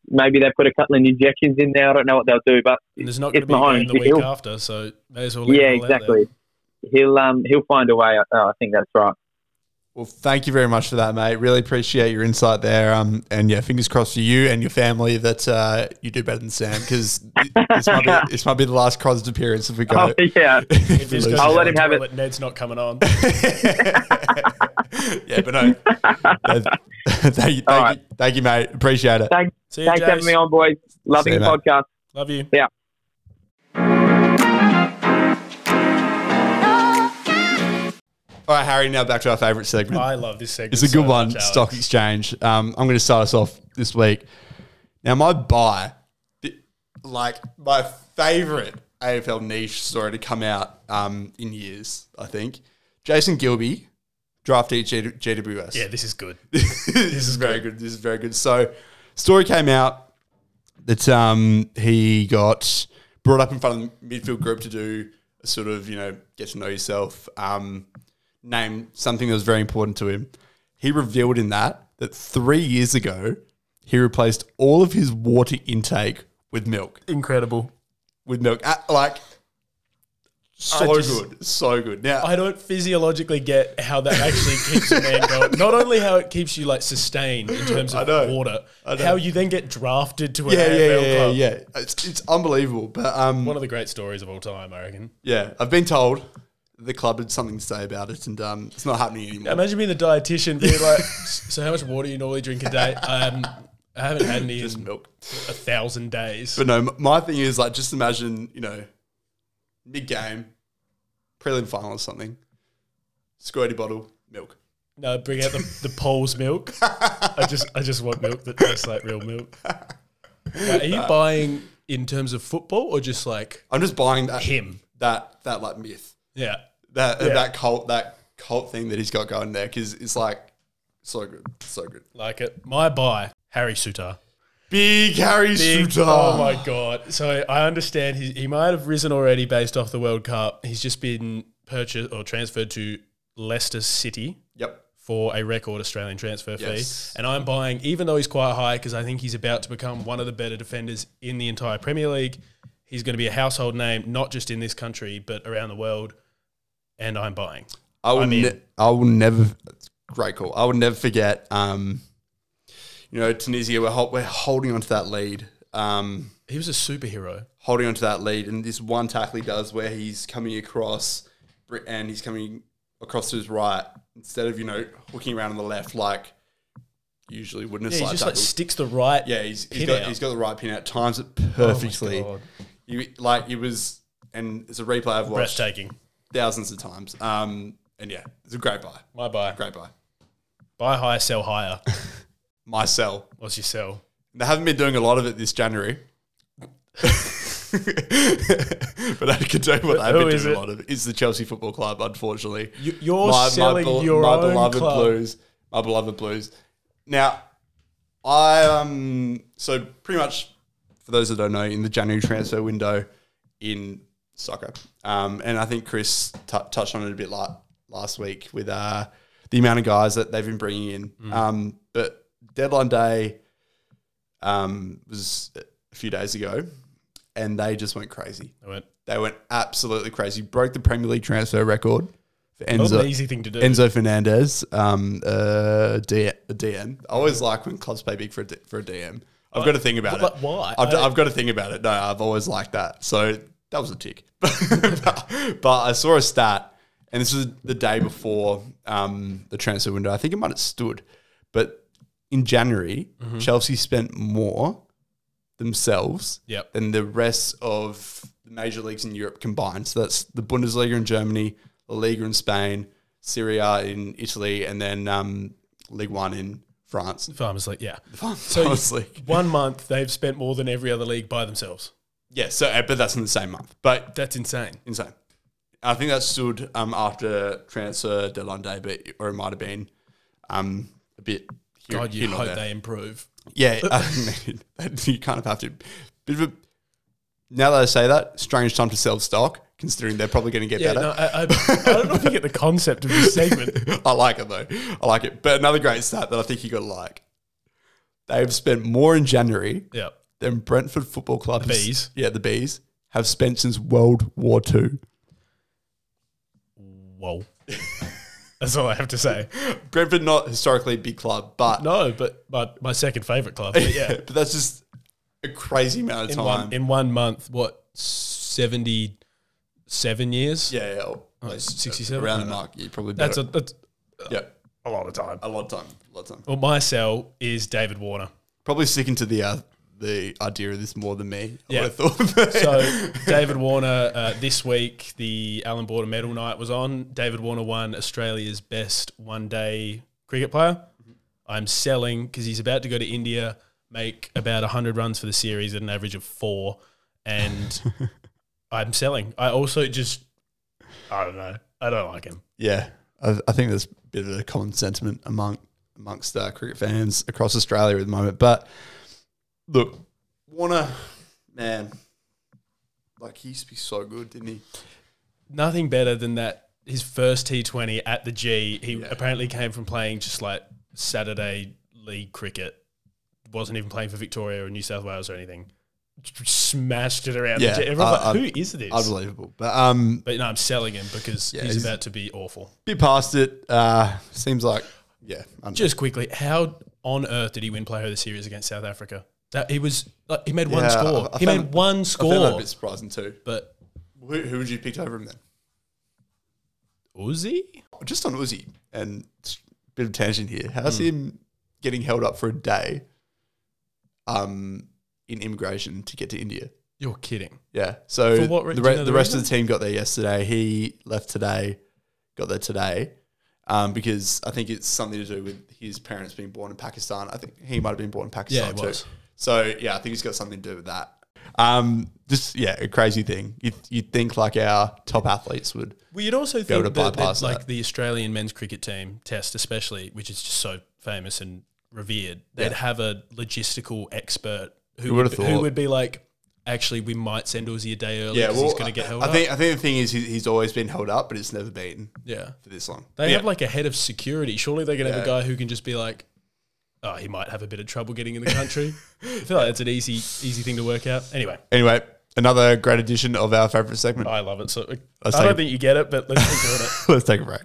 Speaker 3: maybe they put a couple of injections in there. I don't know what they'll do, but
Speaker 2: And there's not going
Speaker 3: It's
Speaker 2: to be a game
Speaker 3: Mahomes.
Speaker 2: the week
Speaker 3: He'll-
Speaker 2: after, so may as well. leave
Speaker 3: yeah,
Speaker 2: it all out there.
Speaker 3: exactly. He'll um he'll find a way. I, I think that's right.
Speaker 1: Well, thank you very much for that, mate. Really appreciate your insight there. Um, and yeah, fingers crossed for you and your family that uh, you do better than Sam because this might be this might be the last Crosby appearance if we go.
Speaker 3: Oh, yeah,
Speaker 1: if
Speaker 2: If
Speaker 1: we
Speaker 2: this
Speaker 1: lose.
Speaker 2: goes
Speaker 3: I'll
Speaker 2: down
Speaker 3: let him
Speaker 2: the
Speaker 3: have it.
Speaker 2: toilet, Ned's not coming on.
Speaker 1: yeah, but no. no, thank, you, thank,
Speaker 3: All right.
Speaker 1: you, thank you, mate. Appreciate it.
Speaker 2: See you,
Speaker 3: thanks for having
Speaker 2: Jace.
Speaker 3: me on, boys. Loving
Speaker 1: See
Speaker 3: the
Speaker 1: you, mate.
Speaker 3: podcast.
Speaker 2: Love you.
Speaker 1: All right, Harry. Now back to our favourite segment.
Speaker 2: I love this segment.
Speaker 1: It's a
Speaker 2: so
Speaker 1: good one,
Speaker 2: much, Alex.
Speaker 1: Stock Exchange. Um, I'm going to start us off this week. Now, my buy, th- like my favorite AFL niche story to come out um, in years, I think. Jason Gilby, draftee G- GWS.
Speaker 2: Yeah, this is good.
Speaker 1: this is very good. This is very good. So, story came out that um, he got brought up in front of the midfield group to do a sort of you know get to know yourself, um, name something that was very important to him. He revealed in that that three years ago he replaced all of his water intake with milk.
Speaker 2: Incredible.
Speaker 1: with milk. Uh, like so
Speaker 2: just-
Speaker 1: good, so good. Now
Speaker 2: I don't physiologically get how that actually keeps a man going. Not only how it keeps you like sustained in terms of
Speaker 1: I know.
Speaker 2: water,
Speaker 1: I know.
Speaker 2: how you then get drafted to an
Speaker 1: yeah, yeah,
Speaker 2: AFL
Speaker 1: yeah, yeah,
Speaker 2: club.
Speaker 1: yeah. It's, it's unbelievable. But um,
Speaker 2: One of the great stories of all time, I reckon.
Speaker 1: yeah, I've been told the club had something to say about it, and um, it's not happening anymore.
Speaker 2: Imagine being the dietitian being like, "So how much water do you normally drink a day?" Um, I haven't had any
Speaker 1: Just
Speaker 2: in
Speaker 1: milk.
Speaker 2: a thousand days.
Speaker 1: But no, m- my thing is like just imagine you know mid game, prelim final or something, squirty bottle milk.
Speaker 2: No, bring out the, the Paul's milk. I just I just want milk that tastes like real milk. Now, are you buying in terms of football or just like
Speaker 1: I'm just buying that
Speaker 2: him?
Speaker 1: that that like myth.
Speaker 2: Yeah.
Speaker 1: that
Speaker 2: Yeah.
Speaker 1: that cult that cult thing that he's got going there because it's like so good, so good.
Speaker 2: Like it. My buy, Harry Suter.
Speaker 1: Big Harry
Speaker 2: Big-
Speaker 1: Suter.
Speaker 2: Oh my god! So I understand he, he might have risen already based off the World Cup. He's just been purchased or transferred to Leicester City
Speaker 1: Yep.
Speaker 2: for a record Australian transfer
Speaker 1: Yes.
Speaker 2: fee, and I'm buying even though he's quite high because I think he's about to become one of the better defenders in the entire Premier League. He's going to be a household name not just in this country but around the world, and I'm buying.
Speaker 1: I will.
Speaker 2: I mean-
Speaker 1: ne- I will never. Great call. I will never forget. Um, you know, Tunisia. We're hol- we're holding onto that lead. Um,
Speaker 2: He was a superhero.
Speaker 1: holding onto that lead, and this one tackle he does where he's coming across, Bri- and he's coming across to his right instead of you know hooking around on the left like usually wouldn't a
Speaker 2: Yeah, he
Speaker 1: slide
Speaker 2: just
Speaker 1: tackle.
Speaker 2: like sticks the right.
Speaker 1: yeah, he's, he's
Speaker 2: Pin
Speaker 1: got
Speaker 2: out.
Speaker 1: he's got the right pin out. Times it
Speaker 2: Oh my
Speaker 1: perfectly.
Speaker 2: God.
Speaker 1: You like it was, and it's a replay I've watched
Speaker 2: breathtaking.
Speaker 1: thousands of times. Um, and yeah, it's a great buy,
Speaker 2: My buy.
Speaker 1: great buy.
Speaker 2: Buy higher, sell higher.
Speaker 1: My sell.
Speaker 2: What's your sell?
Speaker 1: They haven't been doing a lot of it this January, but I can tell you what they've
Speaker 2: Who
Speaker 1: been
Speaker 2: is
Speaker 1: doing
Speaker 2: it?
Speaker 1: a lot of. It's the Chelsea Football Club, unfortunately.
Speaker 2: You- you're selling
Speaker 1: bel-
Speaker 2: your own
Speaker 1: beloved
Speaker 2: club.
Speaker 1: Blues, my beloved Blues. Now, I um so pretty much for those that don't know, in the January transfer window in soccer, um, and I think Chris t- touched on it a bit like last week with uh the amount of guys that they've been bringing in.
Speaker 2: Mm.
Speaker 1: Um, but deadline day um was a few days ago, and they just went crazy.
Speaker 2: I went.
Speaker 1: They went absolutely crazy. Broke the Premier League transfer record for
Speaker 2: Not
Speaker 1: Enzo.
Speaker 2: an easy thing to do.
Speaker 1: Enzo Fernandez, um, uh, D- a DM. I always like when clubs pay big for a, D- for a DM. I've got to think about
Speaker 2: but
Speaker 1: it.
Speaker 2: why?
Speaker 1: I've,
Speaker 2: I-
Speaker 1: I've got to think about it. No, I've always liked that. So that was a tick. but, I saw a stat, and this was the day before um, the transfer window. I think it might have stood, but in January,
Speaker 2: Mm-hmm.
Speaker 1: Chelsea spent more themselves
Speaker 2: Yep.
Speaker 1: than the rest of the major leagues in Europe combined. So that's the Bundesliga in Germany, La Liga in Spain, Serie A in Italy, and then um, League One in France.
Speaker 2: Farmers League, yeah.
Speaker 1: So League.
Speaker 2: One month they've spent more than every other league by themselves.
Speaker 1: Yeah, so uh, but that's in the same month. But
Speaker 2: That's insane.
Speaker 1: insane. I think that stood um, after transfer deadline day, but or it might have been um, a bit. Here,
Speaker 2: God, you
Speaker 1: here, not
Speaker 2: hope
Speaker 1: there.
Speaker 2: they improve.
Speaker 1: Yeah, I mean, you kind of have to. Bit of a, now that I say that, strange time to sell stock, considering they're probably going to get
Speaker 2: Yeah,
Speaker 1: better.
Speaker 2: no, I, I, I don't know if you get the concept of this segment.
Speaker 1: I like it though. I like it. But another great stat that I think you got to like. They've spent more in January
Speaker 2: Yeah.
Speaker 1: than Brentford Football Club. has-
Speaker 2: Bees.
Speaker 1: yeah, the Bees have spent since World War II.
Speaker 2: Whoa. That's all I have to say.
Speaker 1: Brentford, not historically a big club, but,
Speaker 2: No, but my, my second favourite club. But yeah.
Speaker 1: but that's just a crazy amount of
Speaker 2: In
Speaker 1: time.
Speaker 2: one, in one month, what, 77 years? Oh,
Speaker 1: yeah, yeah. like,
Speaker 2: 67?
Speaker 1: Around
Speaker 2: I
Speaker 1: the
Speaker 2: don't know.
Speaker 1: mark. You probably
Speaker 2: That's
Speaker 1: better.
Speaker 2: a, that's
Speaker 1: yeah,
Speaker 2: a lot of time.
Speaker 1: a lot of time. A lot of time.
Speaker 2: Well, my sell is David Warner.
Speaker 1: Probably sticking to the uh, the idea of this more than me. I
Speaker 2: Yeah.
Speaker 1: would have thought.
Speaker 2: So David Warner uh, this week the Alan Border Medal Night was on. David Warner won Australia's best one day cricket player. I'm selling because he's about to go to India, make about hundred runs for the series at an average of four, and I'm selling. I also just I don't know. I don't like him.
Speaker 1: Yeah, I, I think there's a bit of a common sentiment among amongst uh, cricket fans across Australia at the moment. But look, Warner, man, like he used to be so good, didn't he?
Speaker 2: nothing better than that. His first T20 at the G, he apparently came from playing just like Saturday league cricket, wasn't even playing for Victoria or New South Wales or anything. smashed it around.
Speaker 1: Yeah,
Speaker 2: the jet.
Speaker 1: I-
Speaker 2: Everyone's like,
Speaker 1: I-
Speaker 2: who is this?
Speaker 1: Unbelievable. But um,
Speaker 2: but no, I'm selling him because
Speaker 1: Yeah,
Speaker 2: he's
Speaker 1: he's-
Speaker 2: about to be awful.
Speaker 1: bit past it. Uh, seems like yeah. I don't know.
Speaker 2: Just quickly, how on earth did he win Player of the Series against South Africa? That he was like, he made one
Speaker 1: Yeah,
Speaker 2: score.
Speaker 1: I- I
Speaker 2: he
Speaker 1: found-
Speaker 2: made one
Speaker 1: I found that a
Speaker 2: score.
Speaker 1: bit surprising too.
Speaker 2: But
Speaker 1: Who, who would you pick over him then?
Speaker 2: Uzi?
Speaker 1: Just on Uzi and it's a bit of tangent here. How's
Speaker 2: Hmm.
Speaker 1: him getting held up for a day? Um, in immigration to get to India.
Speaker 2: You're kidding.
Speaker 1: Yeah. So
Speaker 2: For what re-
Speaker 1: the,
Speaker 2: do you
Speaker 1: re-
Speaker 2: know
Speaker 1: the,
Speaker 2: the
Speaker 1: rest of the team got there yesterday. He left today, got there today, um, because I think it's something to do with his parents being born in Pakistan. I think he might have been born in
Speaker 2: Yeah,
Speaker 1: Pakistan
Speaker 2: he
Speaker 1: too.
Speaker 2: was.
Speaker 1: So yeah, I think it's got something to do with that. Um, just yeah, a crazy thing. You you'd think like our top athletes would.
Speaker 2: Well, you'd also
Speaker 1: able
Speaker 2: think
Speaker 1: to
Speaker 2: that, that,
Speaker 1: bypass that.
Speaker 2: like the Australian men's cricket team test, especially, which is just so famous and revered, they'd have a logistical expert who
Speaker 1: would
Speaker 2: would,
Speaker 1: have
Speaker 2: who
Speaker 1: thought?
Speaker 2: would be like, actually, we might send Uzi a day early
Speaker 1: Yeah,
Speaker 2: because
Speaker 1: well,
Speaker 2: he's going to get held
Speaker 1: I
Speaker 2: up.
Speaker 1: think I think the thing is he's, he's always been held up, but it's never been
Speaker 2: yeah,
Speaker 1: for this long.
Speaker 2: they
Speaker 1: Yeah.
Speaker 2: have like a head of security. Surely they're going to have a
Speaker 1: Yeah.
Speaker 2: guy who can just be like, oh, he might have a bit of trouble getting in the country. I feel like that's an easy easy thing to work out. Anyway,
Speaker 1: anyway, another great edition of our favorite segment.
Speaker 2: I love it. So I
Speaker 1: Let's take
Speaker 2: don't
Speaker 1: a-
Speaker 2: think you get it, but let's keep doing it.
Speaker 1: Let's take a break.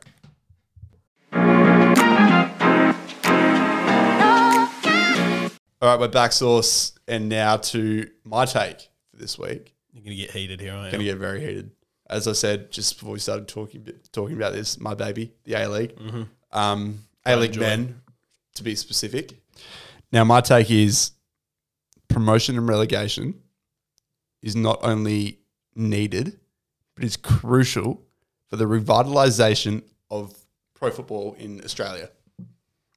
Speaker 1: All right, we're back source, and now to my take for this week.
Speaker 2: You're going to get heated here, aren't
Speaker 1: Going
Speaker 2: you?
Speaker 1: to get very heated, as I said just before we started talking talking about this. My baby, the A League,
Speaker 2: Mm-hmm.
Speaker 1: um, A League
Speaker 2: enjoy.
Speaker 1: men, to be specific. Now, my take is promotion and relegation is not only needed, but is crucial for the revitalization of pro football in Australia.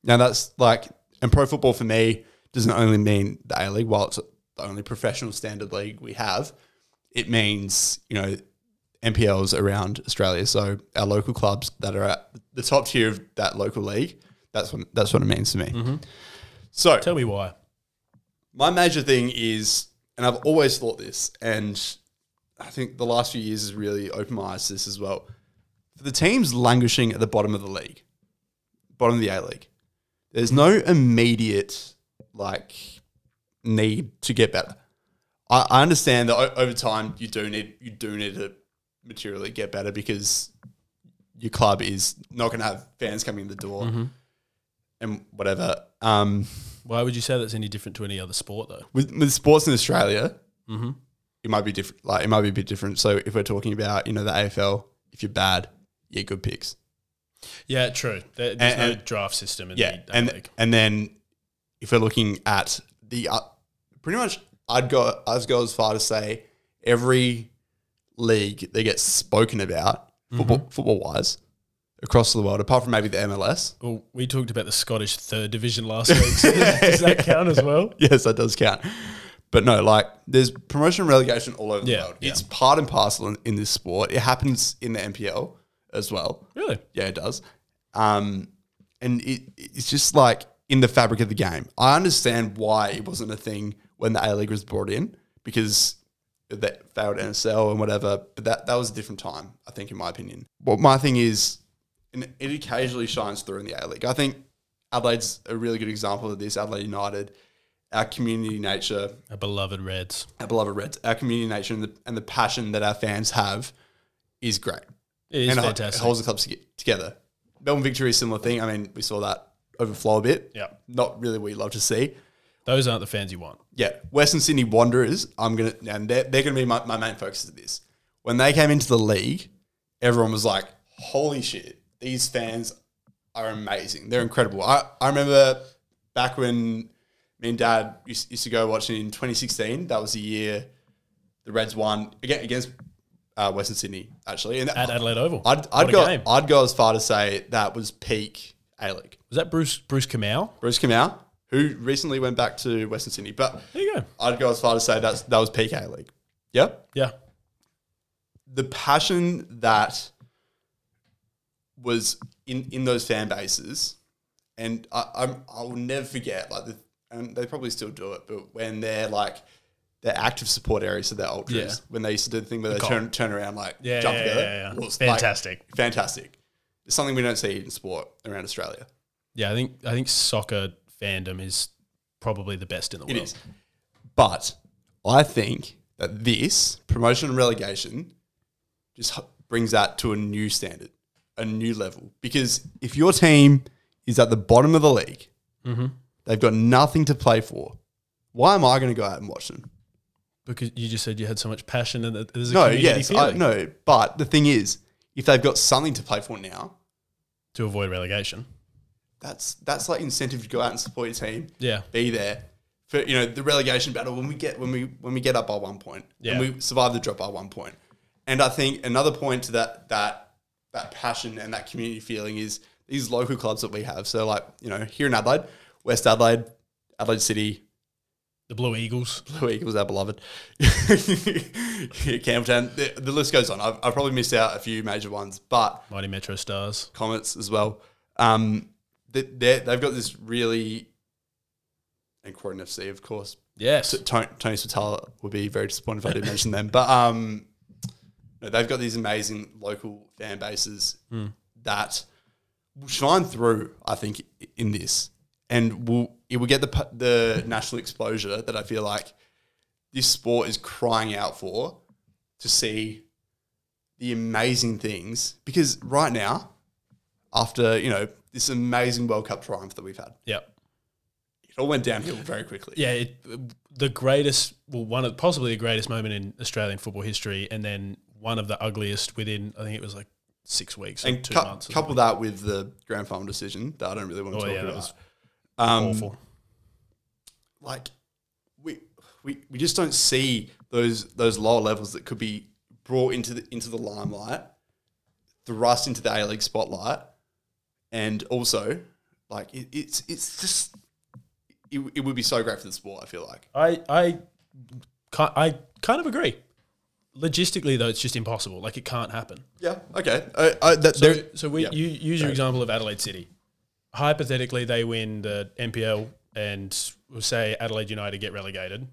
Speaker 1: Now that's like, and pro football for me doesn't only mean the A League, while it's the only professional standard league we have, it means, you know, NPLs around Australia. So our local clubs that are at the top tier of that local league, that's what, that's what it means to me. So
Speaker 2: Tell me why.
Speaker 1: my major thing is, and I've always thought this, and I think the last few years has really opened my eyes to this as well. For the teams languishing at the bottom of the league, bottom of the A League, there's no immediate like need to get better. I, I understand that o- over time you do need you do need to materially get better because your club is not going to have fans coming in the door
Speaker 2: Mm-hmm.
Speaker 1: and whatever. Um,
Speaker 2: Why would you say that's any different to any other sport, though?
Speaker 1: with, with sports in Australia, Mm-hmm.
Speaker 2: Mhm.
Speaker 1: it might be different. Like it might be a bit different. So if we're talking about you know the AFL, if you're bad, you get good picks.
Speaker 2: Yeah, true. There, there's
Speaker 1: And-
Speaker 2: no draft system in
Speaker 1: Yeah,
Speaker 2: the
Speaker 1: and
Speaker 2: league.
Speaker 1: and then if we're looking at the uh, pretty much, I'd go I'd go as far to say every league that gets spoken about
Speaker 2: Mm-hmm.
Speaker 1: football football wise across the world, apart from maybe the MLS.
Speaker 2: Well, we talked about the Scottish third division last week. So does that count as well?
Speaker 1: Yes, that does count. But no, like there's promotion and relegation all over
Speaker 2: Yeah,
Speaker 1: the world.
Speaker 2: yeah.
Speaker 1: It's part and parcel in, in this sport. It happens in the NPL as well.
Speaker 2: Really?
Speaker 1: Yeah, it does. Um, and it, it's just like in the fabric of the game. I understand why it wasn't a thing when the A League was brought in because that failed NSL and whatever. But that that was a different time, I think, in my opinion. What my thing is, and it occasionally shines through in the A League. I think Adelaide's a really good example of this. Adelaide United, our community nature,
Speaker 2: Our beloved Reds.
Speaker 1: our beloved Reds, our community nature, and the, and the passion that our fans have is great
Speaker 2: It is
Speaker 1: and it-
Speaker 2: fantastic.
Speaker 1: It holds the clubs toge- together. Melbourne Victory is a similar thing. I mean, we saw that overflow a bit.
Speaker 2: yeah.
Speaker 1: Not really what you love to see.
Speaker 2: Those aren't the fans you want.
Speaker 1: Yeah. Western Sydney Wanderers, I'm going to, and they're, they're going to be my, my main focus of this. When they came into the league, everyone was like, holy shit, these fans are amazing. They're incredible. I, I remember back when me and dad used, used to go watching in 2016, that was the year the Reds won again, against uh, Western Sydney, actually. And that,
Speaker 2: At Adelaide Oval.
Speaker 1: I'd,
Speaker 2: What
Speaker 1: I'd
Speaker 2: a
Speaker 1: go.
Speaker 2: game.
Speaker 1: I'd go as far to say that was peak A League.
Speaker 2: Was that Bruce Bruce Kamau?
Speaker 1: Bruce Kamau, who recently went back to Western Sydney, but
Speaker 2: There you go.
Speaker 1: I'd go as far to say that's that was peak A League. Yep
Speaker 2: Yeah.
Speaker 1: the passion that was in in those fan bases, and I, I'm I will never forget like the, and they probably still do it, but when they're like their active support areas of their ultras,
Speaker 2: Yeah.
Speaker 1: when they used to do the thing where they
Speaker 2: Got
Speaker 1: turn turn around like
Speaker 2: Yeah,
Speaker 1: jump
Speaker 2: yeah,
Speaker 1: together,
Speaker 2: yeah, yeah.
Speaker 1: was, like,
Speaker 2: Fantastic.
Speaker 1: fantastic. It's something we don't see in sport around Australia.
Speaker 2: Yeah, I think I think soccer fandom is probably the best in the
Speaker 1: It
Speaker 2: world.
Speaker 1: is, but I think that this promotion and relegation just h- brings that to a new standard, a new level. Because if your team is at the bottom of the league,
Speaker 2: Mm-hmm.
Speaker 1: they've got nothing to play for. Why am I going to go out and watch them?
Speaker 2: Because you just said you had so much passion and that there's a
Speaker 1: No,
Speaker 2: community
Speaker 1: yes, I,
Speaker 2: feeling
Speaker 1: no. But the thing is, if they've got something to play for now,
Speaker 2: to avoid relegation.
Speaker 1: that's that's like incentive to go out and support your team.
Speaker 2: Yeah.
Speaker 1: be there for you know the relegation battle when we get when we when we get up by one point
Speaker 2: Yeah.
Speaker 1: and we survive the drop by one point. And I think another point to that that that passion and that community feeling is these local clubs that we have. So like you know here in Adelaide, West Adelaide, Adelaide City,
Speaker 2: The Blue Eagles.
Speaker 1: Blue Eagles, our beloved, Campbelltown. The, the list goes on. I've, I've probably missed out a few major ones, but
Speaker 2: Mighty Metro Stars.
Speaker 1: comments as well. Um, they they're- they've got this really, and Croydon FC, of course.
Speaker 2: Yes.
Speaker 1: Tony, Tony Spitala would be very disappointed if I didn't mention them, but um, no, they've got these amazing local fan bases that will shine through. I think i- in this, and will it will get the pu- the national exposure that I feel like this sport is crying out for to see the amazing things because right now, after you know this amazing World Cup triumph that we've had,
Speaker 2: Yep.
Speaker 1: it all went downhill very quickly.
Speaker 2: yeah, it, the greatest, well, one of possibly the greatest moment in Australian football history, and then one of the ugliest within. I think it was like six weeks or
Speaker 1: and
Speaker 2: two
Speaker 1: cou-
Speaker 2: months. or
Speaker 1: couple that with the grand final decision that I don't really want to
Speaker 2: something.
Speaker 1: talk
Speaker 2: oh yeah,
Speaker 1: about.
Speaker 2: that
Speaker 1: um,
Speaker 2: was awful.
Speaker 1: Like we, we we just don't see those those lower levels that could be brought into the into the limelight, thrust into the A League spotlight, and also like it, it's it's just it, it would be so great for the sport. I feel like
Speaker 2: I I ki- I kind of agree. Logistically, though, it's just impossible. Like it can't happen.
Speaker 1: yeah okay I, I, that, there,
Speaker 2: So we
Speaker 1: yeah.
Speaker 2: you use your example of Adelaide City. Hypothetically, they win the NPL, and we'll say Adelaide United get relegated.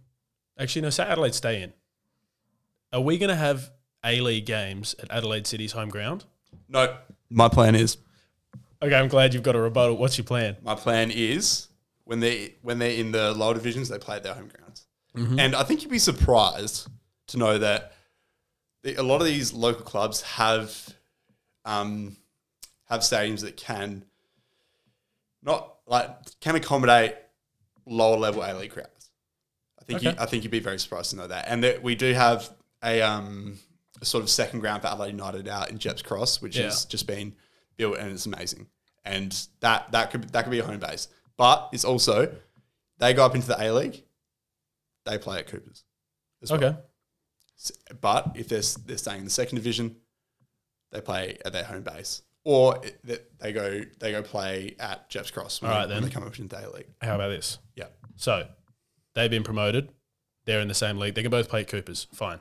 Speaker 2: Actually, no, say Adelaide stay in. Are we going to have A League games at Adelaide City's home ground?
Speaker 1: no my plan is
Speaker 2: Okay, I'm glad you've got a rebuttal. What's your plan?
Speaker 1: My plan is when they when they're in the lower divisions, they play at their home grounds,
Speaker 2: Mm-hmm.
Speaker 1: and I think you'd be surprised to know that the, a lot of these local clubs have um, have stadiums that can not like can accommodate lower level A League crowds. I think you,
Speaker 2: Okay.
Speaker 1: I think you'd be very surprised to know that, and that we do have a, um, a sort of second ground for Adelaide United out in Jepps Cross, which
Speaker 2: Yeah.
Speaker 1: has just been built and it's amazing, and that that could that could be a home base, but it's also they go up into the A League, they play at Coopers. as well.
Speaker 2: Okay,
Speaker 1: S- But if they're, s- they're staying in the second division, they play at their home base, or i- th- they go they go play at Jeff's Cross when,
Speaker 2: All
Speaker 1: they-
Speaker 2: right,
Speaker 1: when
Speaker 2: then.
Speaker 1: they come up into the A League.
Speaker 2: how about this?
Speaker 1: Yeah,
Speaker 2: So they've been promoted. They're in the same league. They can both play at Coopers. Fine.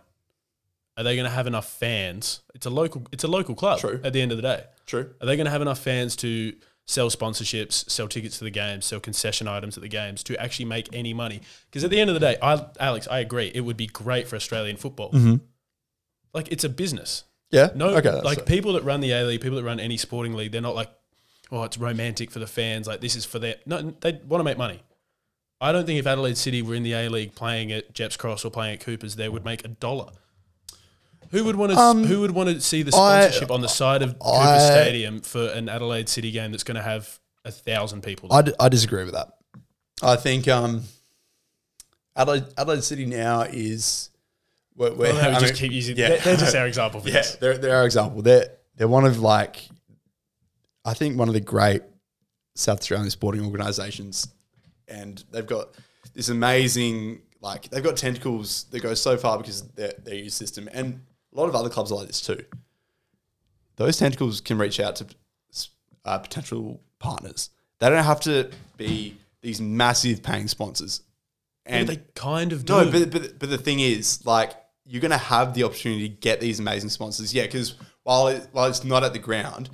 Speaker 2: Are they going to have enough fans? It's a local. It's a local club.
Speaker 1: True.
Speaker 2: At the end of the day,
Speaker 1: true.
Speaker 2: Are they going to have enough fans to sell sponsorships, sell tickets to the games, sell concession items at the games to actually make any money? Because at the end of the day, I, Alex, I agree. It would be great for Australian football. Like it's a business.
Speaker 1: Mm-hmm. Yeah,
Speaker 2: No,
Speaker 1: okay, that's
Speaker 2: like
Speaker 1: fair.
Speaker 2: people that run the A League, people that run any sporting league, they're not like, oh, it's romantic for the fans. Like this is for their no, they want to make money. I don't think if Adelaide City were in the A League playing at Jepps Cross or playing at Coopers, they would make a dollar. Who would want to? who would want to see the
Speaker 1: Um, I-
Speaker 2: sponsorship on the side of Coopers
Speaker 1: I-
Speaker 2: Stadium for an Adelaide City game that's going to have a thousand people?
Speaker 1: I, d- I disagree with that. I think um, Adelaide, Adelaide City now is. We're, we're,
Speaker 2: I don't know, we
Speaker 1: I
Speaker 2: just
Speaker 1: mean,
Speaker 2: keep using.
Speaker 1: yeah.
Speaker 2: They're, they're just our example for
Speaker 1: yeah,
Speaker 2: this.
Speaker 1: they're, they're our example. They're, they're one of like, I think one of the great South Australian sporting organisations. And they've got this amazing, like, they've got tentacles that go so far because of their, their youth system. And a lot of other clubs are like this too. Those tentacles can reach out to uh, potential partners. They don't have to be these massive paying sponsors.
Speaker 2: Yeah,
Speaker 1: And
Speaker 2: they kind of do.
Speaker 1: no, but, but but the thing is, like, you're going to have the opportunity to get these amazing sponsors. Yeah, because while it, while it's not at the ground,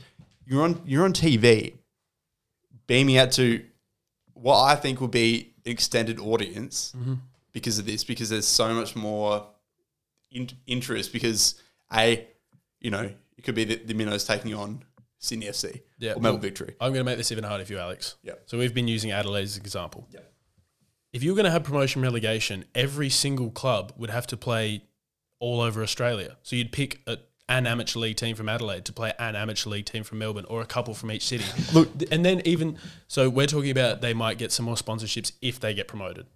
Speaker 1: you're on you're on TV, beaming out to what I think will be an extended audience
Speaker 2: Mm-hmm.
Speaker 1: because of this. Because there's so much more in, interest. Because a, you know, it could be the, the minnows taking on Sydney FC
Speaker 2: Yeah,
Speaker 1: or Melbourne
Speaker 2: well-
Speaker 1: Victory.
Speaker 2: I'm going to make this even harder for you, Alex.
Speaker 1: Yeah.
Speaker 2: So we've been using Adelaide as an example.
Speaker 1: Yeah.
Speaker 2: if you were going to have promotion relegation, every single club would have to play all over Australia. So you'd pick a, an amateur league team from Adelaide to play an amateur league team from Melbourne or a couple from each city.
Speaker 1: Look-
Speaker 2: and then even so, we're talking about they might get some more sponsorships if they get promoted.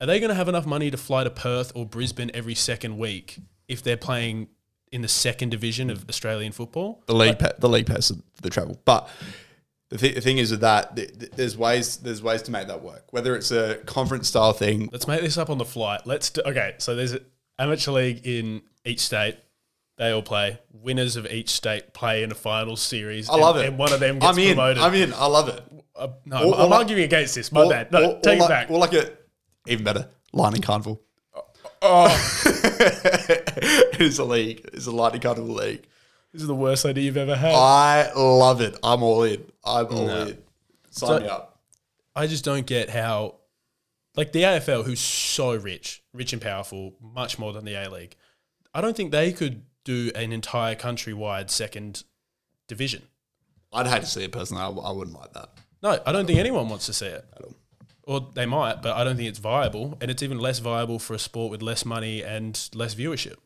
Speaker 2: Are they going to have enough money to fly to Perth or Brisbane every second week if they're playing in the second division of Australian football?
Speaker 1: the league pa- the league pass for the travel. But the, th- the thing is with that, th- th- there's ways there's ways to make that work. Whether it's a conference style thing,
Speaker 2: Let's make this up on the flight. Let's do, okay. So there's an amateur league in each state. They all play. Winners of each state play in a final series.
Speaker 1: I love it.
Speaker 2: And one of them gets
Speaker 1: I'm in.
Speaker 2: promoted.
Speaker 1: I'm in. I love it.
Speaker 2: Uh, no,
Speaker 1: Or-
Speaker 2: I'm
Speaker 1: or-
Speaker 2: arguing against this. My
Speaker 1: Or-
Speaker 2: bad. No,
Speaker 1: or- or
Speaker 2: take it
Speaker 1: like,
Speaker 2: back. Oh.
Speaker 1: Or like a even better lightning carnival. it's a league. It's a lightning carnival league.
Speaker 2: this is the worst idea you've ever had.
Speaker 1: I love it. I'm all in. I'm all in. Sign
Speaker 2: So-
Speaker 1: me up.
Speaker 2: I just don't get how, like the AFL, who's so rich, rich and powerful, much more than the A League. I don't think they could do an entire countrywide second division.
Speaker 1: I'd hate to see it personally. I, I wouldn't like that.
Speaker 2: No, I don't think anyone wants to see it.
Speaker 1: all.
Speaker 2: Or they might, but I don't think it's viable. And it's even less viable for a sport with less money and less viewership.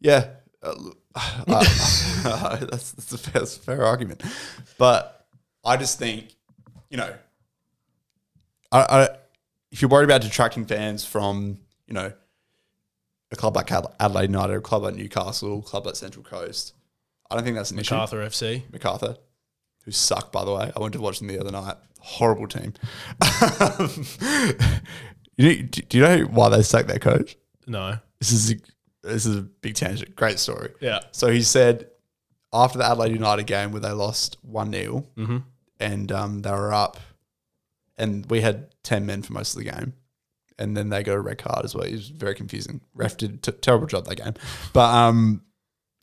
Speaker 1: Yeah, uh, l- uh, that's, that's, a fair, that's a fair argument, but I just think you know, I, I if you're worried about detracting fans from you know a club like Ad- Adelaide United, a club like Newcastle, a club like Central Coast, I don't think that's an issue.
Speaker 2: Carthur FC.
Speaker 1: MacArthur, who suck, by the way. I went to watch them the other night. Horrible team. you, do do you know why they sacked their coach?
Speaker 2: No.
Speaker 1: This is a, this is a big tangent. Great story.
Speaker 2: Yeah.
Speaker 1: So he said after the Adelaide United game where they lost 1 0
Speaker 2: Mhm.
Speaker 1: and um, they were up, and we had 10 men for most of the game. And then they got a red card as well. It was very confusing. Ref did a t- terrible job that game. But um,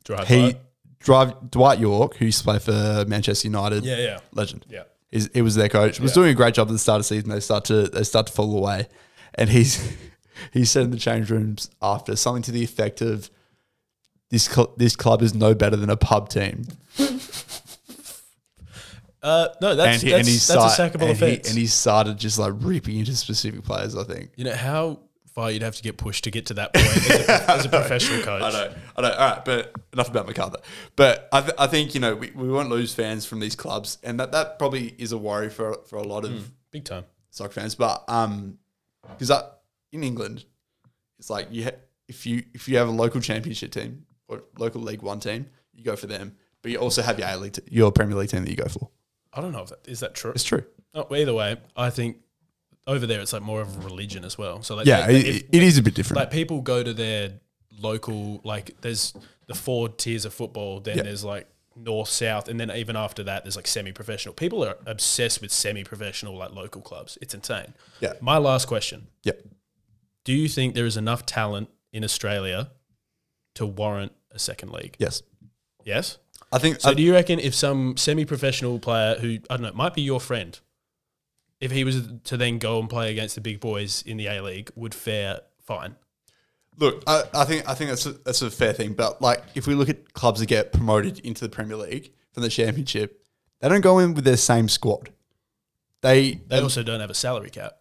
Speaker 2: Drive
Speaker 1: he,
Speaker 2: by.
Speaker 1: drive, Dwight York, who used to play for Manchester United,
Speaker 2: Yeah, yeah.
Speaker 1: legend
Speaker 2: Yeah.
Speaker 1: is it was their coach was doing a great job at the start of the season. They start to they start to fall away, and he's he said in the change rooms after something to the effect of this cl- this club is no better than a pub team,
Speaker 2: Uh, no, that's,
Speaker 1: and he,
Speaker 2: that's,
Speaker 1: and he
Speaker 2: that's a
Speaker 1: start-
Speaker 2: sackable
Speaker 1: and he-
Speaker 2: offence.
Speaker 1: and he started just like ripping into specific players. I think
Speaker 2: you know, how far you'd have to get pushed to get to that point as a, as a professional coach.
Speaker 1: I know, I know. All right, but enough about MacArthur. But I, th- I think you know we, we won't lose fans from these clubs, and that that probably is a worry for for a lot of
Speaker 2: Big time.
Speaker 1: soccer fans, but um, because in England, it's like you ha- if you if you have a local championship team or local League One team, you go for them, but you also have your A League, t- your Premier League team that you go for.
Speaker 2: I don't know if that is that true.
Speaker 1: It's true.
Speaker 2: Oh, either way, I think over there it's like more of a religion as well. So like,
Speaker 1: Yeah,
Speaker 2: they-
Speaker 1: it,
Speaker 2: if-
Speaker 1: it is a bit different.
Speaker 2: like people go to their local like there's the four tiers of football then there's like north south and then even after that there's like semi-professional people are obsessed with semi-professional like local clubs it's insane
Speaker 1: Yeah.
Speaker 2: my last question
Speaker 1: yeah,
Speaker 2: do you think there is enough talent in australia to warrant a second league
Speaker 1: yes,
Speaker 2: yes
Speaker 1: I think. uh,
Speaker 2: so
Speaker 1: I,
Speaker 2: do you reckon if some semi-professional player who i don't know might be your friend if he was to then go and play against the big boys in the a league would fare fine
Speaker 1: look, I, I think I think that's a, that's a fair thing, but like if we look at clubs that get promoted into the Premier League from the Championship, they don't go in with their same squad. They
Speaker 2: they also don't have a salary cap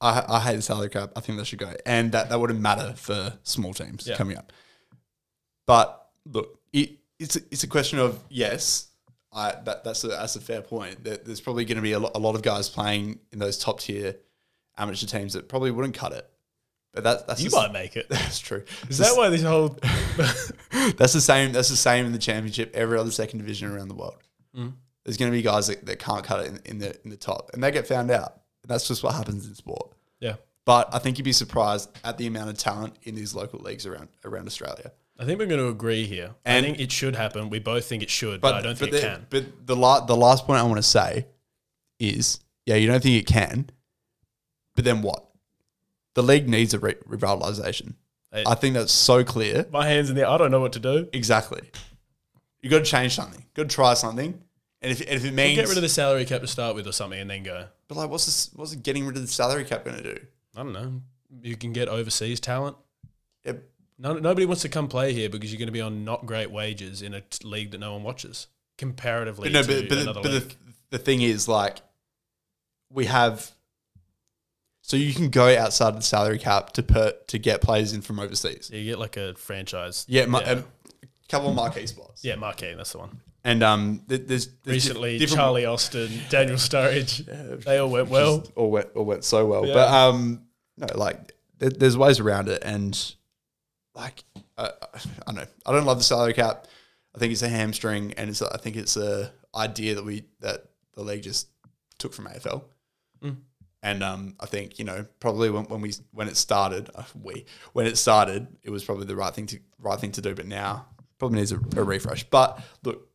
Speaker 1: I, I hate the salary cap. I think that should go, and that, that wouldn't matter for small teams
Speaker 2: Yeah.
Speaker 1: coming up. But look, it, it's a, it's a question of yes, I that, that's a that's a fair point. There, there's probably going to be a lot, a lot of guys playing in those top tier amateur teams that probably wouldn't cut it. But that, that's
Speaker 2: You
Speaker 1: the-
Speaker 2: might make it.
Speaker 1: that's true.
Speaker 2: Is that why this whole
Speaker 1: that's the same. That's the same in the championship. Every other second division around the world,
Speaker 2: Mm.
Speaker 1: there's going to be guys that, that can't cut it in, in the in the top, and they get found out. That's just what happens in sport.
Speaker 2: Yeah.
Speaker 1: But I think you'd be surprised at the amount of talent in these local leagues around around Australia.
Speaker 2: I think we're going to agree here.
Speaker 1: And-
Speaker 2: I think it should happen. We both think it should, but,
Speaker 1: But
Speaker 2: I don't
Speaker 1: but
Speaker 2: think it
Speaker 1: the,
Speaker 2: can.
Speaker 1: But the la- the last point I want to say is, yeah, you don't think it can, but then what? The league needs a re- revitalization.
Speaker 2: It-
Speaker 1: I think that's so clear.
Speaker 2: My hands in there. I don't know what to do.
Speaker 1: Exactly. You got to change something. You got to try something. And if, and if it means,
Speaker 2: Get rid of the salary cap to start with or something and then go.
Speaker 1: but like, what's this, what's getting rid of the salary cap going to do?
Speaker 2: I don't know. You can get overseas talent.
Speaker 1: It,
Speaker 2: No, nobody wants to come play here because you're going to be on not great wages in a t- league that no one watches comparatively
Speaker 1: But no,
Speaker 2: to
Speaker 1: but, but, the,
Speaker 2: another
Speaker 1: but
Speaker 2: league.
Speaker 1: the, the thing is, like, we have So you can go outside of the salary cap to put to get players in from overseas.
Speaker 2: So you get like a franchise.
Speaker 1: Yeah, ma-
Speaker 2: yeah.
Speaker 1: um, a couple of marquee spots.
Speaker 2: Yeah, Marquee, that's the one.
Speaker 1: And um, th- there's, there's
Speaker 2: Recently,
Speaker 1: different-
Speaker 2: Charlie Austin, Daniel Sturridge, they all went well.
Speaker 1: just all went all went so well. But um, no, like there, there's ways around it, and like uh, I don't know, I don't love the salary cap. I think it's a hamstring, and it's I think it's a idea that we that the league just took from AFL.
Speaker 2: Mm.
Speaker 1: And um, I think you know probably when, when we when it started, uh, we when it started, it was probably the right thing to right thing to do. But now probably needs a, a refresh. But look,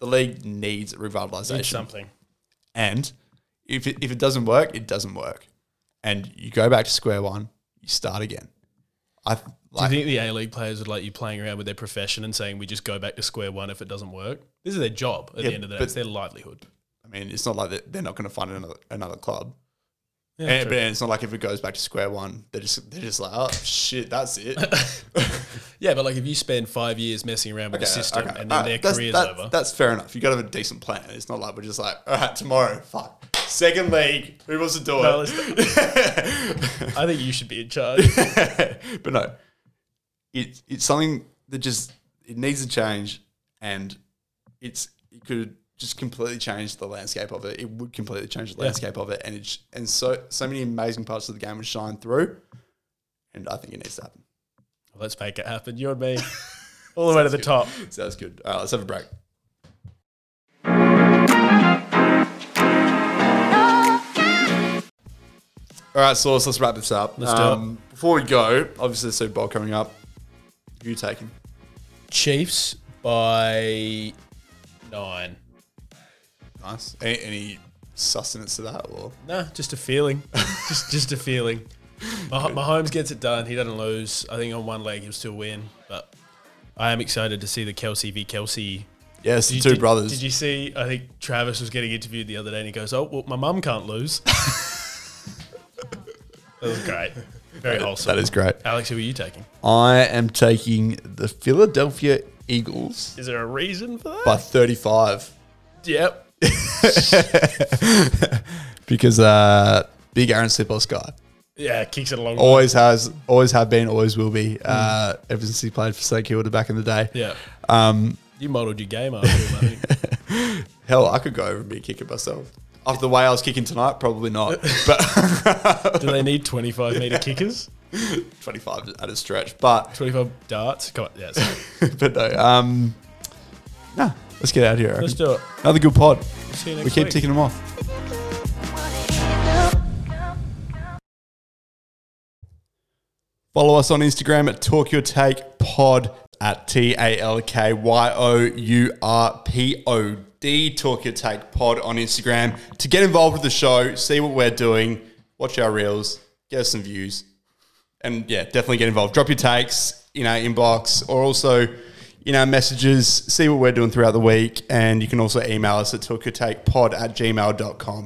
Speaker 1: the league needs revitalization
Speaker 2: Something.
Speaker 1: and if it, if it doesn't work, it doesn't work, and you go back to square one, you start again. I th-
Speaker 2: Do you
Speaker 1: like
Speaker 2: think the A League players would like you playing around with their profession and saying we just go back to square one if it doesn't work? This is their job at
Speaker 1: Yeah,
Speaker 2: the end of the day.
Speaker 1: but-
Speaker 2: It's their livelihood.
Speaker 1: I mean, it's not like they- they're not going to find another another club,
Speaker 2: Yeah,
Speaker 1: and,
Speaker 2: true.
Speaker 1: but it's not like if it goes back to square one, they're just they're just like, oh shit, that's it.
Speaker 2: Yeah, but like if you spend five years messing around with the system and then
Speaker 1: alright,
Speaker 2: their
Speaker 1: uh, that's,
Speaker 2: career's
Speaker 1: that's,
Speaker 2: over.
Speaker 1: That's fair enough. You got to have a decent plan. It's not like we're just like, all right, tomorrow, fuck, second league, who wants to do
Speaker 2: No,
Speaker 1: it?
Speaker 2: I think you should be in charge.
Speaker 1: but no, it, it's something that just it needs to change, and it's it could just completely change the landscape of it. It would completely change the landscape of it, and it's and so so many amazing parts of the game would shine through, and I think it needs to happen.
Speaker 2: Let's make it happen. You and me. All the way to the top.
Speaker 1: Sounds good. All right, let's have a break. All right, Source, let's wrap this up. Um,
Speaker 2: Let's do it.
Speaker 1: Before we go, obviously, the Super Bowl coming up. You take him.
Speaker 2: Chiefs by nine.
Speaker 1: Nice. Any, any sustenance to that? Or
Speaker 2: Nah, just a feeling. just just a feeling. Mah- Mahomes gets it done. He doesn't lose. I think on one leg he'll still win. But I am excited to see the Kelsey v Kelsey.
Speaker 1: yes,
Speaker 2: Did
Speaker 1: two
Speaker 2: you-
Speaker 1: brothers.
Speaker 2: Did you see? I think Travis was getting interviewed the other day, and he goes, "Oh, well, my mum can't lose." that was great. Very wholesome.
Speaker 1: that is great.
Speaker 2: Alex, who are you taking?
Speaker 1: I am taking the Philadelphia Eagles
Speaker 2: Is there a reason for that?
Speaker 1: by 35
Speaker 2: yep.
Speaker 1: because uh, big Aaron Slipos guy.
Speaker 2: Yeah, kicks it along.
Speaker 1: always has, always have been, always will be. Uh, ever since he played for St Kilda back in the day.
Speaker 2: Yeah.
Speaker 1: Um,
Speaker 2: You modelled your game after him, I think.
Speaker 1: hell, I could go over and be a kicker myself. After the way I was kicking tonight, probably not. But
Speaker 2: Do they need 25 metre kickers?
Speaker 1: 25 at a stretch. But
Speaker 2: 25 darts? Come on, yeah. sorry.
Speaker 1: but no. Um, nah, let's get out of here. I
Speaker 2: Let's
Speaker 1: reckon.
Speaker 2: do it.
Speaker 1: Another good pod.
Speaker 2: See you
Speaker 1: We
Speaker 2: next
Speaker 1: keep
Speaker 2: week.
Speaker 1: ticking them off. Follow us on Instagram at Talk Your Take Pod at T A L K Y O U R P O D. Talk Your Take Pod on Instagram to get involved with the show, see what we're doing, watch our reels, get us some views, and yeah, definitely get involved. Drop your takes in our inbox or also in our messages. See what we're doing throughout the week, and you can also email us at talkyourtakepod at gmail.com.